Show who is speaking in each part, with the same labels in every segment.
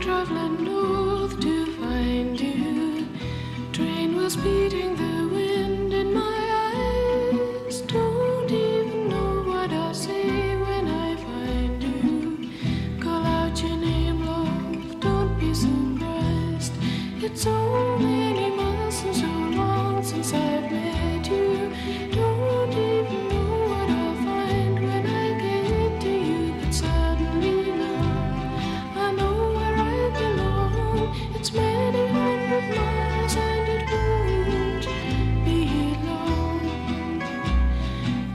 Speaker 1: traveling north to find you. Train was beating the wind in my eyes. Don't even know what I say when I find you. Call out your name, love. Don't be surprised. It's so many months and so long since I've met you. Don't even know what I'll find when I get to you. But suddenly now I know where I belong. It's many hundred miles and it won't be long.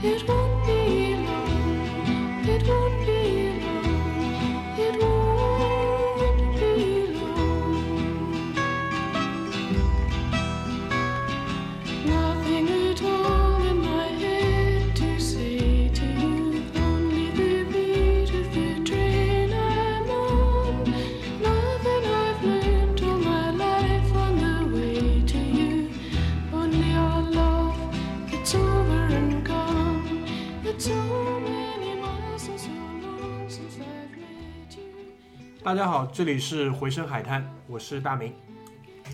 Speaker 1: It won't be long. It won't be long. It won't be long. Nothing at all in my head to say to you. Only the beat of the train I'm on. Nothing I've learned all my life on the way to you. Only our love, it's over and gone. It's so many miles and so long since I've met you.
Speaker 2: 大家好，这里是回声海滩，我是大明。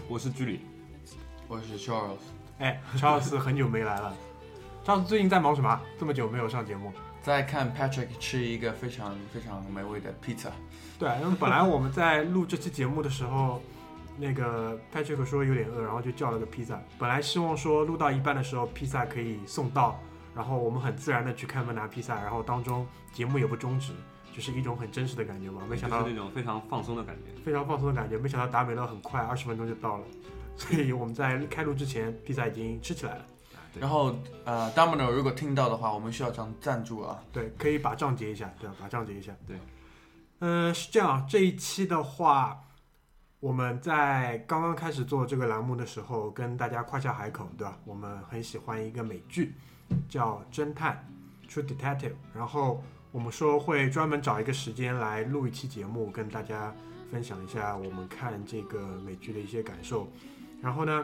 Speaker 3: 我是居里，
Speaker 4: 我是 Charles，
Speaker 2: 哎，查尔斯很久没来了， 查尔斯最近在忙什么？这么久没有上节目。
Speaker 4: 在看 Patrick 吃一个非常非常美味的 pizza。
Speaker 2: 对，啊因为本来我们在录这期节目的时候，那个 Patrick 说有点饿，然后就叫了个披萨。本来希望说录到一半的时候披萨可以送到，然后我们很自然的去开门拿披萨，然后当中节目也不终止，就是一种很真实的感觉嘛。没想到
Speaker 3: 就是那种非常放松的感觉。
Speaker 2: 非常放松的感觉，没想到达美乐很快，二十分钟就到了。所以我们在开录之前，披萨已经吃起来了。
Speaker 3: 对
Speaker 4: 然后呃 d o m i n o 如果听到的话，我们需要张赞助啊。
Speaker 2: 对，可以把账结一下，对吧？把账结一下。
Speaker 3: 对，
Speaker 2: 嗯、是这样。这一期的话，我们在刚刚开始做这个栏目的时候，跟大家夸下海口，对吧？我们很喜欢一个美剧，叫《侦探》（True Detective），然后我们说会专门找一个时间来录一期节目，跟大家分享一下我们看这个美剧的一些感受。然后呢，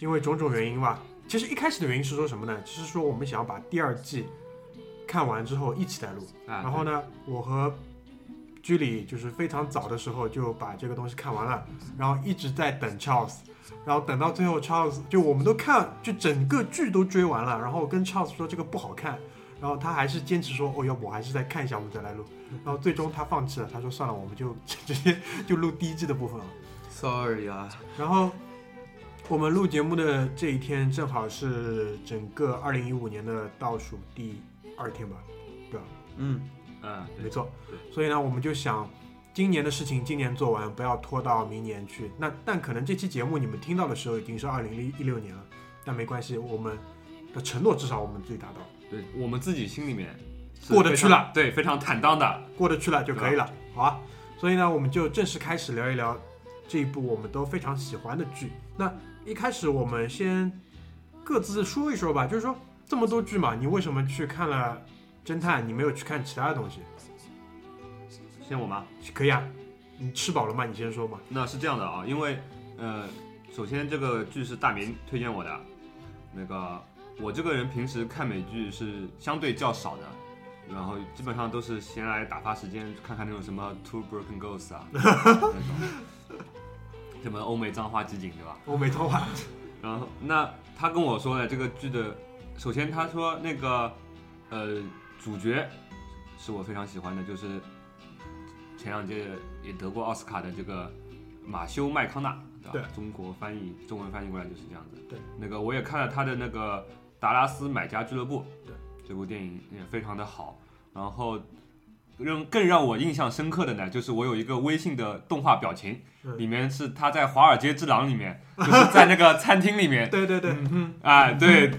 Speaker 2: 因为种种原因吧，其实一开始的原因是说什么呢？就是说我们想要把第二季看完之后一起来录。
Speaker 3: 啊，
Speaker 2: 然后呢，我和居里就是非常早的时候就把这个东西看完了，然后一直在等 Charles，然后等到最后 Charles 就我们都看，就整个剧都追完了，然后我跟 Charles 说这个不好看，然后他还是坚持说哦，要不我还是再看一下，我们再来录。然后最终他放弃了，他说算了，我们就直接 就录第一季的部分了。
Speaker 4: Sorry 啊，
Speaker 2: 然后我们录节目的这一天，正好是整个二零一五年的倒数第二天吧，对吧？
Speaker 4: 嗯，
Speaker 3: 嗯，
Speaker 2: 没
Speaker 3: 对，
Speaker 2: 错
Speaker 3: 对，
Speaker 2: 所以呢，我们就想今年的事情今年做完，不要拖到明年去。那但可能这期节目你们听到的时候已经是二零一六年了，但没关系，我们的承诺至少我们自己达到了，
Speaker 3: 对我们自己心里面是
Speaker 2: 过得去了
Speaker 3: 非常，对，非常坦荡的。
Speaker 2: 过得去了就可以了，好啊。所以呢，我们就正式开始聊一聊这一部我们都非常喜欢的剧。那一开始我们先各自说一说吧，就是说这么多剧嘛，你为什么去看了侦探，你没有去看其他的东西？
Speaker 3: 先我吗？
Speaker 2: 可以啊，你吃饱了吗？你先说吧。
Speaker 3: 那是这样的啊，因为呃，首先这个剧是大明推荐我的，那个我这个人平时看美剧是相对较少的，然后基本上都是闲来打发时间，看看那种什么 Two Broken Girls 啊那种，什么欧美脏话集锦对吧？
Speaker 2: 欧美童 话，
Speaker 3: 然后那他跟我说呢，这个剧的，首先他说那个呃主角是我非常喜欢的，就是前两届也得过奥斯卡的这个马修麦康纳，对吧？中国翻译中文翻译过来就是这样子。
Speaker 2: 对，
Speaker 3: 那个我也看了他的那个《达拉斯买家俱乐部》，
Speaker 2: 对，
Speaker 3: 这部电影也非常的好。然后让更让我印象深刻的呢，就是我有一个微信的动画表情，
Speaker 2: 嗯
Speaker 3: 里面是他在《华尔街之狼》里面，就是在那个餐厅里面，
Speaker 2: 对对对，
Speaker 3: 哎，对，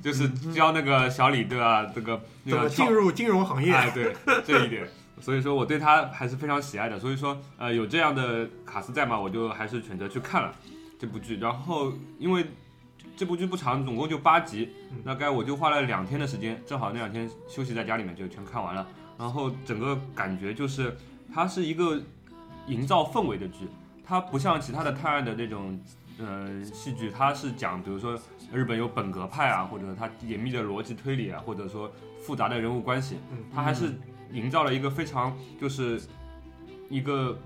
Speaker 3: 就是教那个小李对吧？这个那
Speaker 2: 怎么
Speaker 3: 个
Speaker 2: 进
Speaker 3: 跳，
Speaker 2: 入金融行业？
Speaker 3: 哎，对这一点，所以说我对他还是非常喜爱的。所以说，呃，有这样的卡斯在嘛，我就还是选择去看了这部剧。然后因为这部剧不长，总共就八集
Speaker 2: 嗯，
Speaker 3: 大概我就花了两天的时间，正好那两天休息在家里面就全看完了。然后整个感觉就是，它是一个营造氛围的剧，它不像其他的探案的那种。呃，戏剧它是讲，比如说日本有本格派啊，或者它严密的逻辑推理啊，或者说复杂的人物关系，
Speaker 2: 嗯
Speaker 3: 它还是营造了一个非常就是一个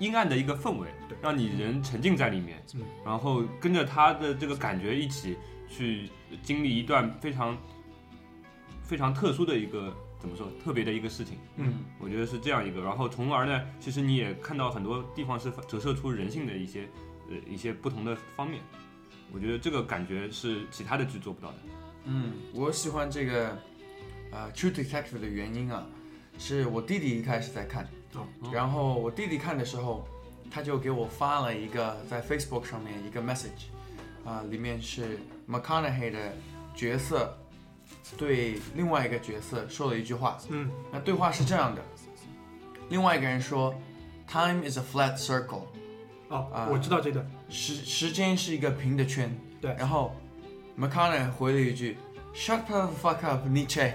Speaker 3: 阴暗的一个氛围
Speaker 2: 对，
Speaker 3: 让你人沉浸在里面
Speaker 2: 嗯，
Speaker 3: 然后跟着他的这个感觉一起去经历一段非常非常特殊的一个怎么说特别的一个事情。
Speaker 2: 嗯，
Speaker 3: 我觉得是这样一个，然后从而呢，其实你也看到很多地方是折射出人性的一些呃一些不同的方面。我觉得这个感觉是其他的剧做不到的。
Speaker 4: 嗯，我喜欢这个呃《True Detective》的原因啊，是我弟弟一开始在看，
Speaker 2: 哦
Speaker 4: 然后我弟弟看的时候，他就给我发了一个在 Facebook 上面一个 message，啊、里面是 McConaughey 的角色对另外一个角色说了一句话，
Speaker 2: 嗯，
Speaker 4: 那对话是这样的，另外一个人说，Time is a flat circle，
Speaker 2: 哦
Speaker 4: 啊，
Speaker 2: 我知道这段，
Speaker 4: 时时间是一个平的圈，
Speaker 2: 对
Speaker 4: 然后 McConaughey 回了一句 “Shut the fuck up, Nietzsche”，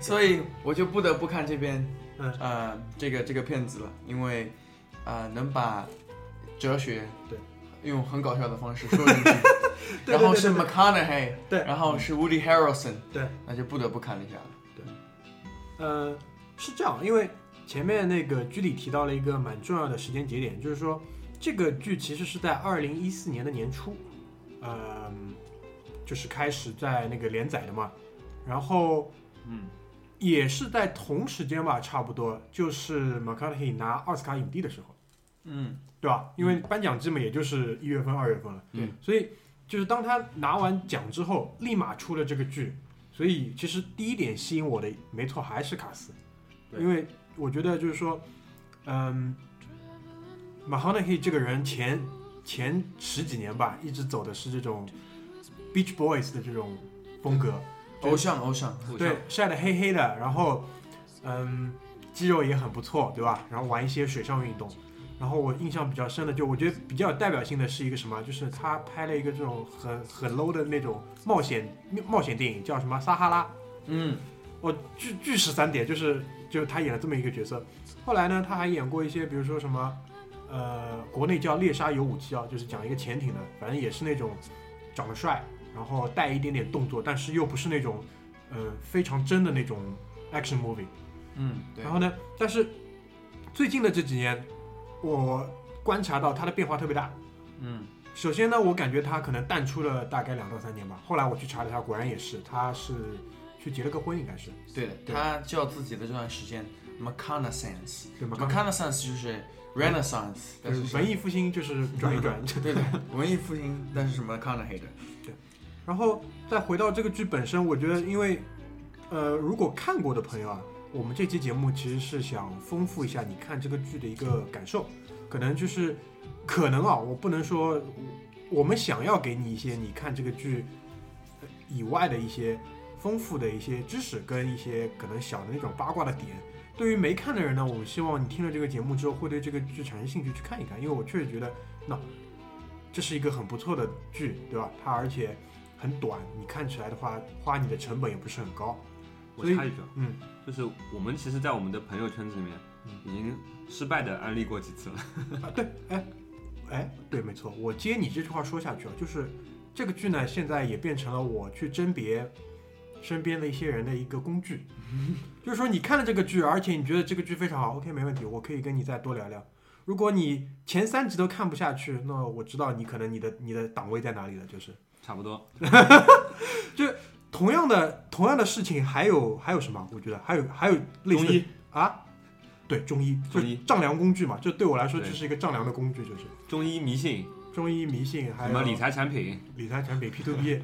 Speaker 4: 所以我就不得不看这边，
Speaker 2: 嗯
Speaker 4: 呃，这个这个片子了，因为呃能把哲学
Speaker 2: 对
Speaker 4: 用很搞笑的方式说进去，
Speaker 2: 对
Speaker 4: 然后
Speaker 2: 对
Speaker 4: 是
Speaker 2: 对对
Speaker 4: McConaughey，
Speaker 2: 对
Speaker 4: 然后是 Woody Harrelson，
Speaker 2: 对，
Speaker 4: 那就不得不看了一下了，
Speaker 2: 呃，是这样，因为前面那个剧里提到了一个蛮重要的时间节点，就是说这个剧其实是在二零一四年的年初，呃，就是开始在那个连载的嘛，然后
Speaker 3: 嗯，
Speaker 2: 也是在同时间吧，差不多就是马卡 y 拿奥斯卡影帝的时候，
Speaker 4: 嗯
Speaker 2: 对吧？因为颁奖季嘛，也就是一月份、二月份了，
Speaker 3: 对，
Speaker 2: 所以就是当他拿完奖之后，立马出了这个剧，所以其实第一点吸引我的，没错，还是卡斯，
Speaker 3: 对
Speaker 2: 因为我觉得就是说，嗯，马哈内克这个人前前十几年吧，一直走的是这种 Beach Boys 的这种风格，对
Speaker 4: 偶像偶像，
Speaker 3: 互相
Speaker 2: 对，晒得黑黑的，然后嗯，肌肉也很不错，对吧？然后玩一些水上运动。然后我印象比较深的，就我觉得比较有代表性的是一个什么，就是他拍了一个这种很很 low 的那种冒险冒险电影，叫什么《撒哈拉》。
Speaker 4: 嗯
Speaker 2: 我巨巨十三点，就是就是他演了这么一个角色。后来呢，他还演过一些，比如说什么，呃，国内叫《猎杀有武器》啊，就是讲一个潜艇的，反正也是那种长得帅，然后带一点点动作，但是又不是那种，呃，非常真的那种 action movie。
Speaker 4: 嗯，对
Speaker 2: 然，后呢，但是最近的这几年，我观察到他的变化特别大。
Speaker 4: 嗯
Speaker 2: 首先呢，我感觉他可能淡出了大概两到三年吧。后来我去查了一下，果然也是，他是去结了个婚，应该是
Speaker 4: 对的，
Speaker 2: 对
Speaker 4: 他叫自己的这段时间 McConaissance。
Speaker 2: 对吗？
Speaker 4: Renaissance 就是 Renaissance，但是
Speaker 2: 嗯文艺复兴就是转一 转。
Speaker 4: 对对文艺复兴，但是什么 c o n a h e 的，
Speaker 2: 然后再回到这个剧本身，我觉得因为，呃，如果看过的朋友啊，我们这期节目其实是想丰富一下你看这个剧的一个感受，可能就是，可能啊，我不能说，我们想要给你一些你看这个剧呃以外的一些丰富的一些知识跟一些可能小的那种八卦的点。对于没看的人呢，我们希望你听了这个节目之后，会对这个剧产生兴趣去看一看，因为我确实觉得，那这是一个很不错的剧，对吧？它而且很短，你看起来的话，花你的成本也不是很高。
Speaker 3: 我
Speaker 2: 所以
Speaker 3: 插一句啊，
Speaker 2: 嗯，
Speaker 3: 就是我们其实，在我们的朋友圈子里面
Speaker 2: 嗯，
Speaker 3: 已经失败的安利过几次了。
Speaker 2: 啊，对，哎，哎，对，没错，我接你这句话说下去啊，就是这个剧呢，现在也变成了我去甄别身边的一些人的一个工具，就是说你看了这个剧，而且你觉得这个剧非常好，OK，没问题，我可以跟你再多聊聊。如果你前三集都看不下去，那我知道你可能你的你的档位在哪里了，就是
Speaker 3: 差不多，
Speaker 2: 同样的同样的事情，还有还有什么？我觉得还有还有类似
Speaker 3: 中医
Speaker 2: 啊，对中医，就
Speaker 3: 中医
Speaker 2: 丈量工具嘛，就对我来说
Speaker 3: 对
Speaker 2: 就是一个丈量的工具，就是
Speaker 3: 中医迷信，
Speaker 2: 中医迷信，还
Speaker 3: 什
Speaker 2: 有
Speaker 3: 么理财产品，
Speaker 2: 理财产品 P to P，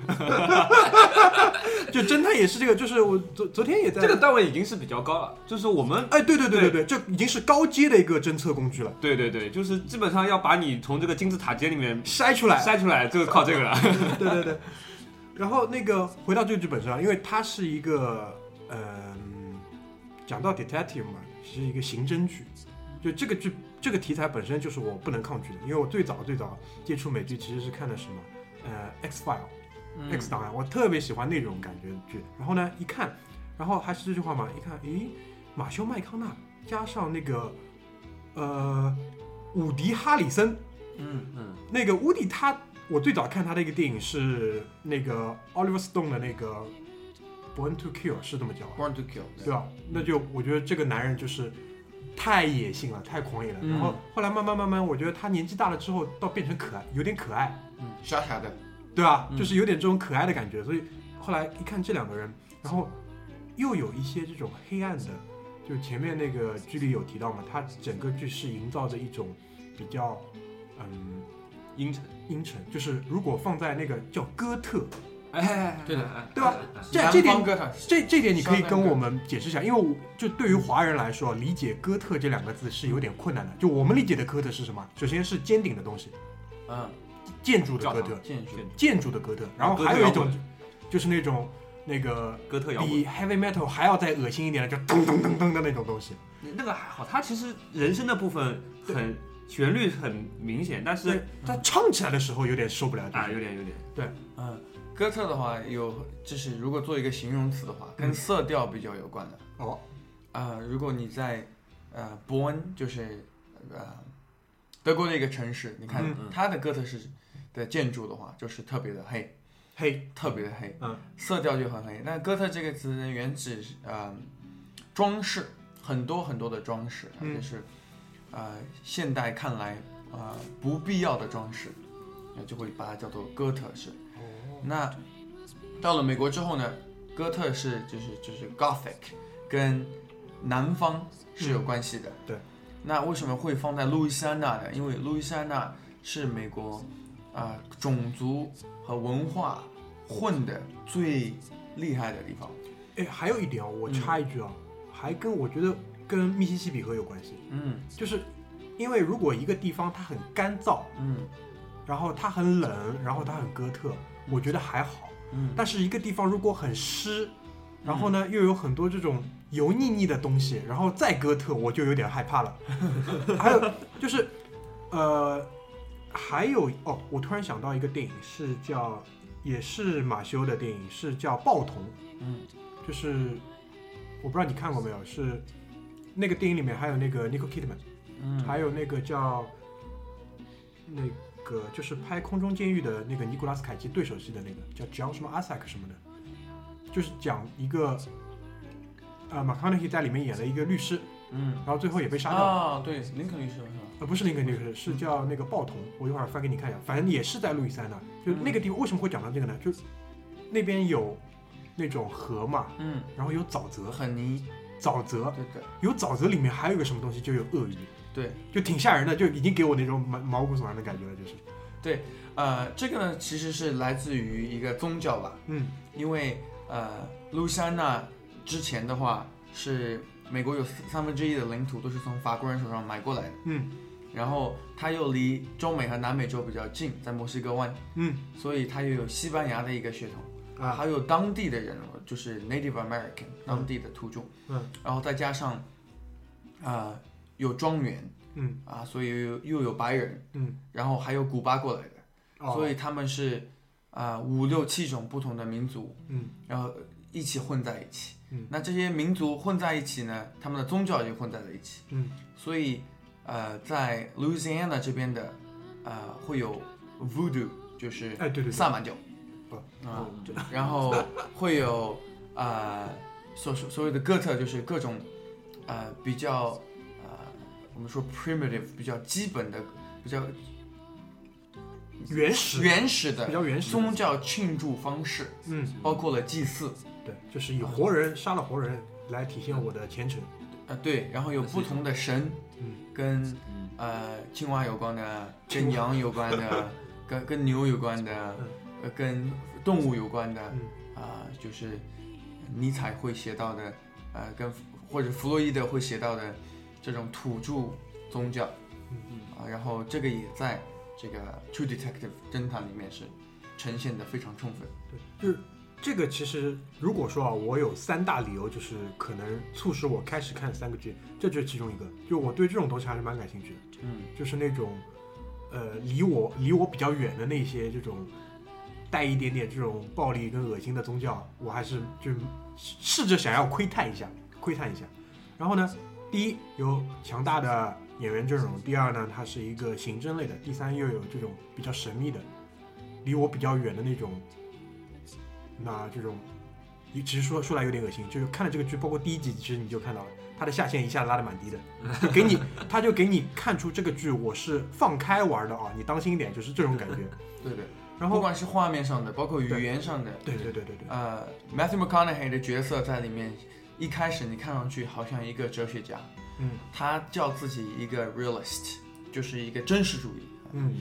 Speaker 2: 就侦探也是这个，就是我昨昨天也在
Speaker 3: 这个段位已经是比较高了。就是我们，
Speaker 2: 哎，对对对对对，这已经是高阶的一个侦测工具了，
Speaker 3: 对对对，就是基本上要把你从这个金字塔尖里面
Speaker 2: 筛出来，
Speaker 3: 筛出来，就靠这 个了。
Speaker 2: 对对对。然后那个回到这个剧本上，因为它是一个嗯，讲到 detective 嘛，是一个刑侦剧，就这个剧这个题材本身就是我不能抗拒的，因为我最早最早接触美剧其实是看的什么呃 X File。X
Speaker 4: 嗯
Speaker 2: 档案，我特别喜欢那种感觉的剧。然后呢，一看，然后还是这句话嘛，一看，咦，马修麦康纳加上那个呃伍迪哈里森，
Speaker 4: 嗯
Speaker 3: 嗯，
Speaker 2: 那个伍迪他，我最早看他的一个电影是那个 Oliver Stone 的那个 Born to Kill，是这么叫吧？啊
Speaker 4: ，Born to Kill，
Speaker 2: 对吧？那就我觉得这个男人就是太野性了，太狂野了。然后后来慢慢慢慢，我觉得他年纪大了之后，倒变成可爱，有点可爱，
Speaker 4: 嗯，傻傻的，
Speaker 2: 对吧？
Speaker 4: 嗯
Speaker 2: 就是有点这种可爱的感觉。所以后来一看这两个人，然后又有一些这种黑暗的，就前面那个剧里有提到嘛，他整个剧是营造着一种比较嗯
Speaker 3: 阴沉，
Speaker 2: 阴沉，就是如果放在那个叫哥特，
Speaker 3: 哎，
Speaker 4: 对的
Speaker 3: 哎
Speaker 2: 对吧？
Speaker 3: 哎
Speaker 2: 这
Speaker 4: 南
Speaker 2: 这点
Speaker 4: 方哥特，
Speaker 2: 这这点你可以跟
Speaker 4: 稍微
Speaker 2: 我们解释一下，因为我就对于华人来说，理解“哥特”这两个字是有点困难的。就我们理解的哥特是什么？首先是尖顶的东西，
Speaker 4: 嗯，
Speaker 2: 建筑的哥特，
Speaker 4: 建筑，
Speaker 2: 建筑的哥特，然后
Speaker 3: 哥特
Speaker 2: 还有一
Speaker 3: 摇滚
Speaker 2: 种就是那种那个
Speaker 3: 哥特摇滚，
Speaker 2: 比 heavy metal 还要再恶心一点的，就噔噔噔噔的那种东西。
Speaker 3: 那个还好，它其实人声的部分很旋律很明显，但是
Speaker 2: 对，它唱起来的时候有点受不了。就
Speaker 3: 啊，有
Speaker 2: 是
Speaker 3: 点有点，
Speaker 4: 嗯，哥特的话有，就是如果做一个形容词的话，
Speaker 2: 嗯
Speaker 4: 跟色调比较有关的。
Speaker 3: 哎
Speaker 2: 哦，
Speaker 4: 啊、如果你在呃伯恩，就是呃德国的一个城市，你看
Speaker 2: 嗯
Speaker 3: 嗯
Speaker 4: 它的哥特式的建筑的话，就是特别的黑，
Speaker 2: 嘿，
Speaker 4: 特别的黑，
Speaker 2: 嗯，
Speaker 4: 色调就很黑。那哥特这个词呢，原指呃装饰，很多很多的装饰，啊
Speaker 2: 嗯
Speaker 4: 就是呃现代看来呃不必要的装饰，那就会把它叫做哥特式。
Speaker 2: 哦
Speaker 4: 那到了美国之后呢，哥特式就是就是 Gothic，跟南方是有关系的。
Speaker 2: 嗯对。
Speaker 4: 那为什么会放在路易斯安那呢？因为路易斯安那是美国啊、种族和文化混的最厉害的地方。
Speaker 2: 哎，还有一点哦，我
Speaker 4: 嗯
Speaker 2: 插一句啊，还跟我觉得跟密西西比河有关系，
Speaker 4: 嗯
Speaker 2: 就是因为如果一个地方它很干燥。
Speaker 4: 嗯
Speaker 2: 然后它很冷，然后它很哥特，我觉得还好。
Speaker 4: 嗯
Speaker 2: 但是一个地方如果很湿，然后呢又有很多这种油腻腻的东西，然后再哥特，我就有点害怕了。还有就是，呃，还有哦，我突然想到一个电影是叫，也是马修的电影，是叫《暴童》，
Speaker 4: 嗯，
Speaker 2: 就是我不知道你看过没有，是那个电影里面还有那个 Nicole Kidman。
Speaker 4: 嗯，
Speaker 2: 还有那个叫那个就是拍《空中监狱》的那个尼古拉斯凯奇对手戏的那个叫 John 什么 Isaac 什么的，就是讲一个呃马康内奇在里面演了一个律师，
Speaker 4: 嗯
Speaker 2: 然后最后也被杀掉了。
Speaker 4: 啊，对，林肯律师是吧？
Speaker 2: 呃，不是那个律师，是叫那个暴童。我一会儿翻给你看一下，反正也是在路易斯安那，就那个地方为什么会讲到这个呢？就那边有那种河嘛，
Speaker 4: 嗯，
Speaker 2: 然后有沼泽，
Speaker 4: 很泥，
Speaker 2: 沼泽
Speaker 4: 对对
Speaker 2: 有沼泽里面还有一个什么东西，就有鳄鱼，
Speaker 4: 对。
Speaker 2: 就挺吓人的，就已经给我那种毛毛骨悚然的感觉了，就是。
Speaker 4: 呃，这个呢其实是来自于一个宗教吧，
Speaker 2: 嗯，
Speaker 4: 因为呃，路易斯安那之前的话是美国有四三分之一的领土都是从法国人手上买过来的，
Speaker 2: 嗯，
Speaker 4: 然后它又离中美和南美洲比较近，在墨西哥湾，
Speaker 2: 嗯，
Speaker 4: 所以它又有西班牙的一个血统，
Speaker 2: 啊
Speaker 4: 还有当地的人，就是 Native American 当地的土著，
Speaker 2: 嗯，
Speaker 4: 然后再加上啊、呃有庄园，
Speaker 2: 嗯
Speaker 4: 啊，所以又又有白人，
Speaker 2: 嗯，
Speaker 4: 然后还有古巴过来的。
Speaker 2: 哦、
Speaker 4: 所以他们是啊、五六七种不同的民族，
Speaker 2: 嗯，
Speaker 4: 然后一起混在一起，
Speaker 2: 嗯，
Speaker 4: 那这些民族混在一起呢，他们的宗教也混在了一起，
Speaker 2: 嗯，
Speaker 4: 所以呃，在 Louisiana 这边的呃会有 Voodoo，就是
Speaker 2: 哎对对对
Speaker 4: 萨满教，
Speaker 2: 不
Speaker 4: 啊，然后会有呃所所谓的哥特，就是各种呃比较呃我们说 primitive 比较基本的比较
Speaker 2: 原始
Speaker 4: 原始的
Speaker 2: 比较原始
Speaker 4: 宗教庆祝方式，
Speaker 2: 嗯，
Speaker 4: 包括了祭祀，
Speaker 2: 对，就是以活人杀了活人来体现我的虔诚。
Speaker 4: 呃，对，然后有不同的神，
Speaker 2: 嗯
Speaker 4: 跟呃青蛙有关的，跟羊有关的， 跟跟牛有关的，呃，跟动物有关的，啊、
Speaker 2: 嗯
Speaker 4: 就是尼采会写到的，呃，跟或者弗洛伊德会写到的这种土著宗教，
Speaker 2: 嗯
Speaker 4: 啊、然后这个也在这个 True Detective 侦探里面是呈现的非常充分，
Speaker 2: 对，就是这个其实如果说啊，我有三大理由，就是可能促使我开始看三个剧，这就是其中一个。就我对这种东西还是蛮感兴趣的，
Speaker 4: 嗯。
Speaker 2: 就是那种呃离我离我比较远的那些这种。带一点点这种暴力跟恶心的宗教，我还是就是试着想要窥探一下，窥探一下。然后呢，第一有强大的演员阵容，第二呢，它是一个刑侦类的，第三又有这种比较神秘的，离我比较远的那种，那这种其实说说来有点恶心，就是看了这个剧，包括第一集，其实你就看到了它的下限一下拉得蛮低的，就给你，他就给你看出这个剧我是放开玩的啊，你当心一点，就是这种感觉。
Speaker 4: 对的。
Speaker 2: 然
Speaker 4: 不
Speaker 2: 后，
Speaker 4: 管是画面上的，包括
Speaker 2: 对
Speaker 4: 语言上的，
Speaker 2: 对对对对对，
Speaker 4: 呃，Matthew McConaughey 的角色在里面，一开始你看上去好像一个哲学家，
Speaker 2: 嗯
Speaker 4: 他叫自己一个 realist，就是一个真实主义。
Speaker 2: 嗯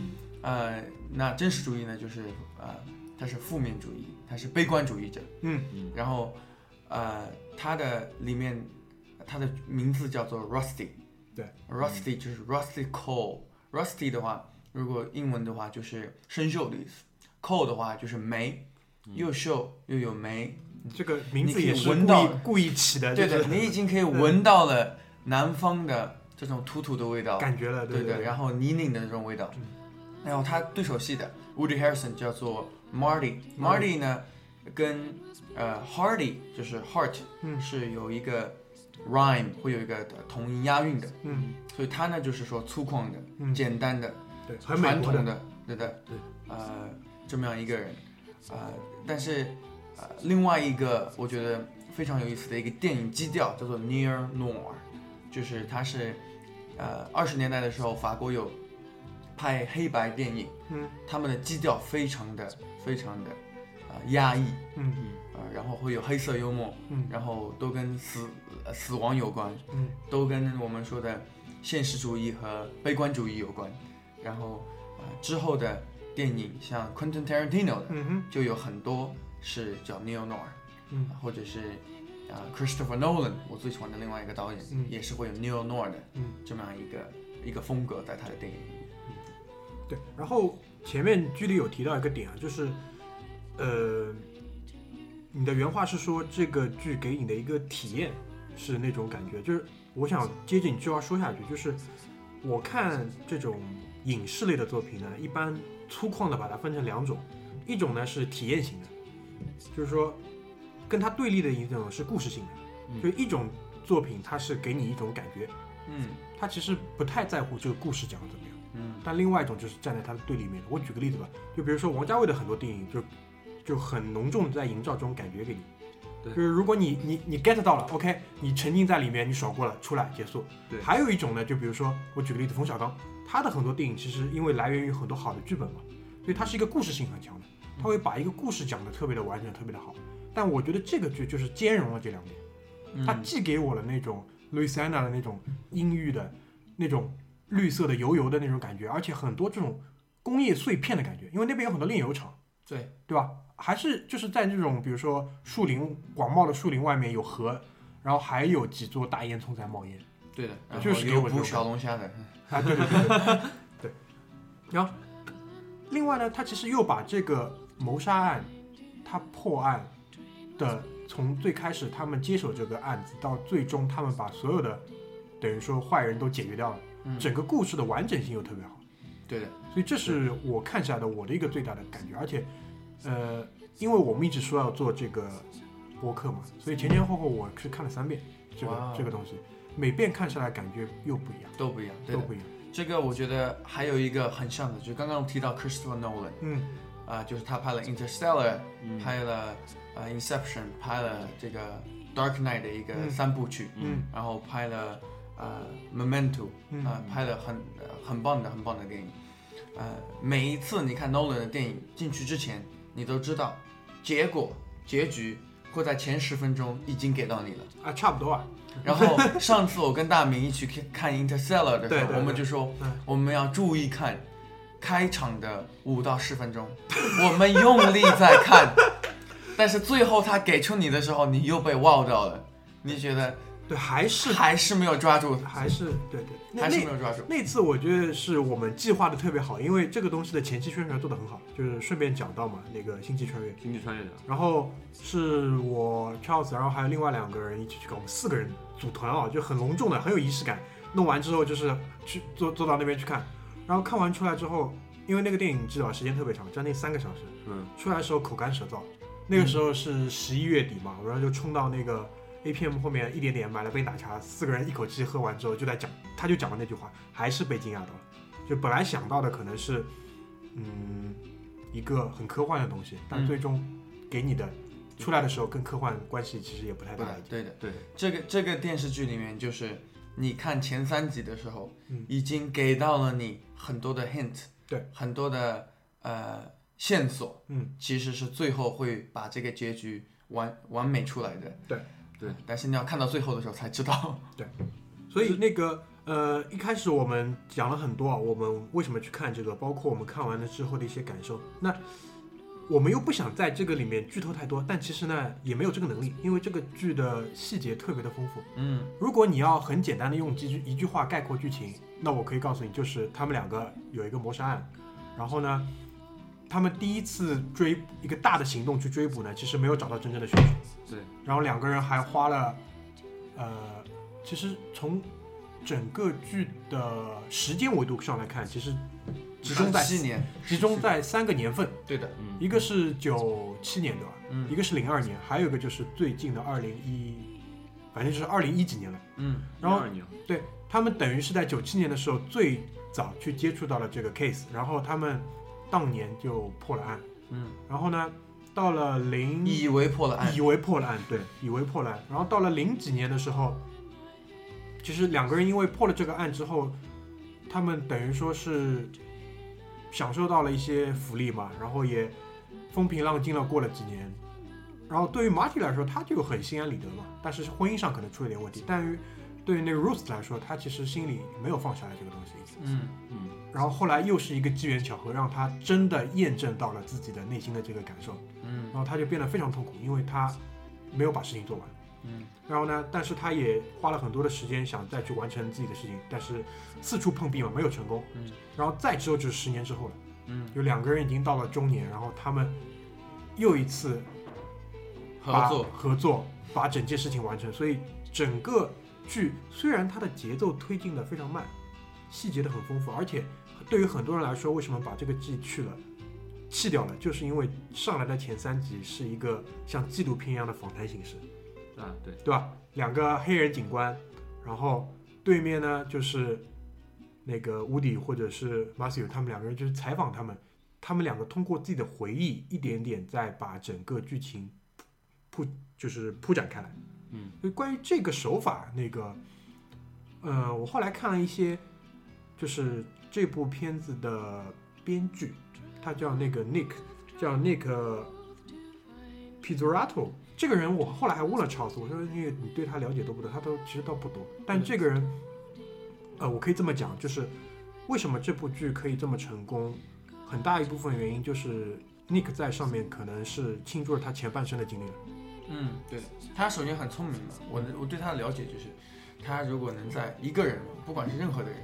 Speaker 4: 呃，那真实主义呢，就是呃，他是负面主义，他是悲观主义者。
Speaker 2: 嗯
Speaker 3: 嗯
Speaker 4: 然后，呃，他的里面，他的名字叫做 Rusty。
Speaker 2: 对
Speaker 4: ，Rusty 就是 Rusty Coal。Rusty 的话，如果英文的话就是生锈的意思。Coal 的话就是煤，又锈又有煤。
Speaker 2: 这个名字也是故
Speaker 4: 嗯你可以闻
Speaker 2: 意
Speaker 4: 到
Speaker 2: 故意起的，
Speaker 4: 对
Speaker 2: 就是
Speaker 4: 的，你已经可以闻到了南方的这种土土的味道。
Speaker 2: 感觉了，
Speaker 4: 对
Speaker 2: 对嗯
Speaker 4: 的，，然后泥泞的这种味道。然后他对手戏的 Woody Harrison 叫做
Speaker 2: 嗯
Speaker 4: Marty，Marty 呢跟呃 Hardy 就是 Heart
Speaker 2: 嗯
Speaker 4: 是有一个 rhyme 会有一个同音押韵的，
Speaker 2: 嗯
Speaker 4: 所以他呢就是说粗犷的、
Speaker 2: 嗯，
Speaker 4: 简单的、
Speaker 2: 对，很美
Speaker 4: 传
Speaker 2: 国
Speaker 4: 统
Speaker 2: 的，
Speaker 4: 的，对的，
Speaker 2: 对
Speaker 4: 呃，这么样一个人，呃，但是呃另外一个我觉得非常有意思的一个电影基调叫做 Near Noir，就是它是呃二十年代的时候法国有拍黑白电影，
Speaker 2: 嗯
Speaker 4: 他们的基调非常的非常的呃压抑，
Speaker 2: 嗯
Speaker 4: 呃，然后会有黑色幽默，
Speaker 2: 嗯
Speaker 4: 然后都跟死呃死亡有关，
Speaker 2: 嗯，
Speaker 4: 都跟我们说的现实主义和悲观主义有关。然后呃之后的电影像 Quentin Tarantino 的，
Speaker 2: 嗯哼，
Speaker 4: 就有很多是叫 neo noir，
Speaker 2: 嗯
Speaker 4: 或者是啊、呃 Christopher Nolan，我最喜欢的另外一个导演，
Speaker 2: 嗯
Speaker 4: 也是会有 neo noir 的
Speaker 2: 嗯
Speaker 4: 这么样一个一个风格在他的电影里面。
Speaker 2: 对。然后前面剧里有提到一个点啊，就是呃，你的原话是说这个剧给你的一个体验是那种感觉，就是我想接着你就要说下去，就是我看这种影视类的作品呢，一般粗犷的把它分成两种，一种呢是体验型的，就是说跟它对立的一种是故事性的，
Speaker 3: 嗯
Speaker 2: 就一种作品它是给你一种感觉，
Speaker 4: 嗯
Speaker 2: 它其实不太在乎这个故事讲的怎么样。
Speaker 4: 嗯
Speaker 2: 但另外一种就是站在他的对立面的。我举个例子吧，就比如说王家卫的很多电影就就很浓重的在营造这种感觉给你。
Speaker 3: 对
Speaker 2: 就是如果你你你 get 到了，OK，你沉浸在里面，你爽过了，出来结束。
Speaker 3: 对
Speaker 2: 还有一种呢，就比如说我举个例子，冯小刚，他的很多电影其实因为来源于很多好的剧本嘛，所以它是一个故事性很强的，他会把一个故事讲得特别的完整，特别的好。但我觉得这个剧就是兼容了这两点。
Speaker 4: 嗯
Speaker 2: 它既给我了那种 Louisiana 的那种阴郁的、那种绿色的油油的那种感觉，而且很多这种工业碎片的感觉，因为那边有很多炼油厂，
Speaker 4: 对
Speaker 2: 对吧？还是就是在这种比如说树林广袤的树林外面有河，然后还有几座大烟囱在冒烟
Speaker 4: 对的，然
Speaker 2: 就
Speaker 4: 后
Speaker 2: 是给
Speaker 4: 有
Speaker 2: 我这
Speaker 4: 捕
Speaker 2: 种
Speaker 4: 小龙虾的，
Speaker 2: 啊，对对对对 对。然后另外呢，它其实又把这个谋杀案，它破案的从最开始他们接手这个案子到最终他们把所有的等于说坏人都解决掉了，
Speaker 4: 嗯
Speaker 2: 整个故事的完整性又特别好，
Speaker 4: 对的，
Speaker 2: 所以这是我看下来的我的一个最大的感觉，而且呃，因为我们一直说要做这个播客嘛，所以前前后后我是看了三遍这个
Speaker 4: 哇
Speaker 2: 这个东西，每遍看下来感觉又不一样，
Speaker 4: 都不一样，对
Speaker 2: 都
Speaker 4: 的。
Speaker 2: 不一样，
Speaker 4: 这个我觉得还有一个很像的，就刚刚提到 Christopher Nolan
Speaker 2: 嗯
Speaker 4: 啊、就是他拍了 Interstellar，、
Speaker 3: 嗯
Speaker 4: 拍了呃 Inception，拍了这个 Dark Knight 的一个
Speaker 2: 嗯
Speaker 4: 三部曲，
Speaker 2: 嗯
Speaker 4: 然后拍了呃 Memento，
Speaker 2: 嗯
Speaker 4: 啊、拍了很、呃很棒的很棒的电影。呃，每一次你看 Nolan 的电影进去之前，你都知道结果结局会在前十分钟已经给到你了。
Speaker 2: 啊，差不多啊，
Speaker 4: 然后上次我跟大明一起去看 Interstellar 的
Speaker 2: 对
Speaker 4: 时
Speaker 2: 对
Speaker 4: 候，
Speaker 2: 对
Speaker 4: 我们就说
Speaker 2: 嗯
Speaker 4: 我们要注意看开场的五到十分钟，我们用力在看， 但是最后他给出你的时候，你又被 wow 到了，你觉得
Speaker 2: 对，还是
Speaker 4: 还是没有抓住，
Speaker 2: 还是对对，那
Speaker 4: 还是没
Speaker 2: 那
Speaker 4: 有抓住，
Speaker 2: 那次我觉得是我们计划的特别好，因为这个东西的前期宣传做得很好，就是顺便讲到嘛，那个《星际穿越》，
Speaker 3: 星际穿越的，
Speaker 2: 然后是我 Charles，然后还有另外两个人一起去搞，我们四个人组团啊，就很隆重的，很有仪式感。弄完之后就是去坐坐到那边去看，然后看完出来之后，因为那个电影至少时间特别长，将近三个小时，
Speaker 3: 嗯，
Speaker 2: 出来的时候口干舌燥。那个时候是十一月底嘛，然后就冲到那个 APM 后面一点点买了杯奶茶，四个人一口气喝完之后就在讲，他就讲了那句话，还是被惊讶到了。就本来想到的可能是，嗯，一个很科幻的东西，但
Speaker 4: 嗯
Speaker 2: 最终给你的出来的时候跟科幻关系其实也不太大
Speaker 4: 对。的，对的，
Speaker 3: 对，
Speaker 4: 这个这个电视剧里面，就是你看前三集的时候，
Speaker 2: 嗯
Speaker 4: 已经给到了你很多的 hint，
Speaker 2: 对，
Speaker 4: 很多的呃线索，
Speaker 2: 嗯，
Speaker 4: 其实是最后会把这个结局完完美出来的，嗯
Speaker 2: 对
Speaker 3: 对，
Speaker 4: 但是你要看到最后的时候才知道，
Speaker 2: 所以那个呃，一开始我们讲了很多啊，我们为什么去看这个，包括我们看完了之后的一些感受。那我们又不想在这个里面剧透太多，但其实呢也没有这个能力，因为这个剧的细节特别的丰富。
Speaker 4: 嗯，
Speaker 2: 如果你要很简单的用几句一句话概括剧情，那我可以告诉你，就是他们两个有一个谋杀案，然后呢，他们第一次追一个大的行动去追捕呢，其实没有找到真正的凶手。
Speaker 3: 对，
Speaker 2: 然后两个人还花了，呃，其实从整个剧的时间维度上来看，其实 集中在
Speaker 4: 七年，
Speaker 2: 集中在三个年份，
Speaker 4: 对的，
Speaker 3: 嗯，
Speaker 2: 一个是九七年对吧？
Speaker 4: 嗯
Speaker 2: 一个是零二年，还有一个就是最近的二零一，反正就是二零一几年了。
Speaker 4: 嗯
Speaker 2: 然后
Speaker 3: 12年
Speaker 2: 对他们等于是在九七年的时候最早去接触到了这个 case，然后他们当年就破了案，
Speaker 4: 嗯，
Speaker 2: 然后呢，到了零
Speaker 4: 以为破了案，
Speaker 2: 以为破了案，对，以为破了案，然后到了零几年的时候，其实两个人因为破了这个案之后，他们等于说是享受到了一些福利嘛，然后也风平浪静了过了几年。然后对于马体来说，他就很心安理得嘛，但是婚姻上可能出了点问题。但于对于那个 Rose 来说，他其实心里没有放下来这个东西。
Speaker 4: 嗯
Speaker 3: 嗯，
Speaker 2: 然后后来又是一个机缘巧合，让他真的验证到了自己的内心的这个感受，然
Speaker 4: 嗯
Speaker 2: 后他就变得非常痛苦，因为他没有把事情做完。
Speaker 4: 嗯
Speaker 2: 然后呢，但是他也花了很多的时间想再去完成自己的事情，但是四处碰壁嘛，没有成功。
Speaker 4: 嗯
Speaker 2: 然后再之后就是十年之后了，
Speaker 4: 嗯，
Speaker 2: 有两个人已经到了中年，然后他们又一次
Speaker 4: 合
Speaker 2: 把
Speaker 4: 作，嗯
Speaker 2: 合作把整件事情完成。所以整个剧虽然它的节奏推进的非常慢，细节的很丰富，而且对于很多人来说，为什么把这个剧去了？弃掉了，就是因为上来的前三集是一个像纪录片一样的访谈形式，
Speaker 3: 啊，对，
Speaker 2: 对吧？两个黑人警官，然后对面呢就是那个乌迪或者是马修，他们两个人就是采访他们，他们两个通过自己的回忆一点点在把整个剧情铺就是铺展开来。
Speaker 3: 嗯，
Speaker 2: 所以关于这个手法，那个，呃，我后来看了一些，就是这部片子的编剧，他叫那个 Nick，叫 Nick Pizzorato。这个人我后来还问了 Charles，我说你你对他了解多不多？他都其实倒不多，但这个人，呃，我可以这么讲，就是为什么这部剧可以这么成功，很大一部分原因就是 Nick 在上面可能是倾注了他前半生的精力了。
Speaker 4: 嗯，对，他首先很聪明嘛，我我对他的了解就是，他如果能在一个人，不管是任何的人，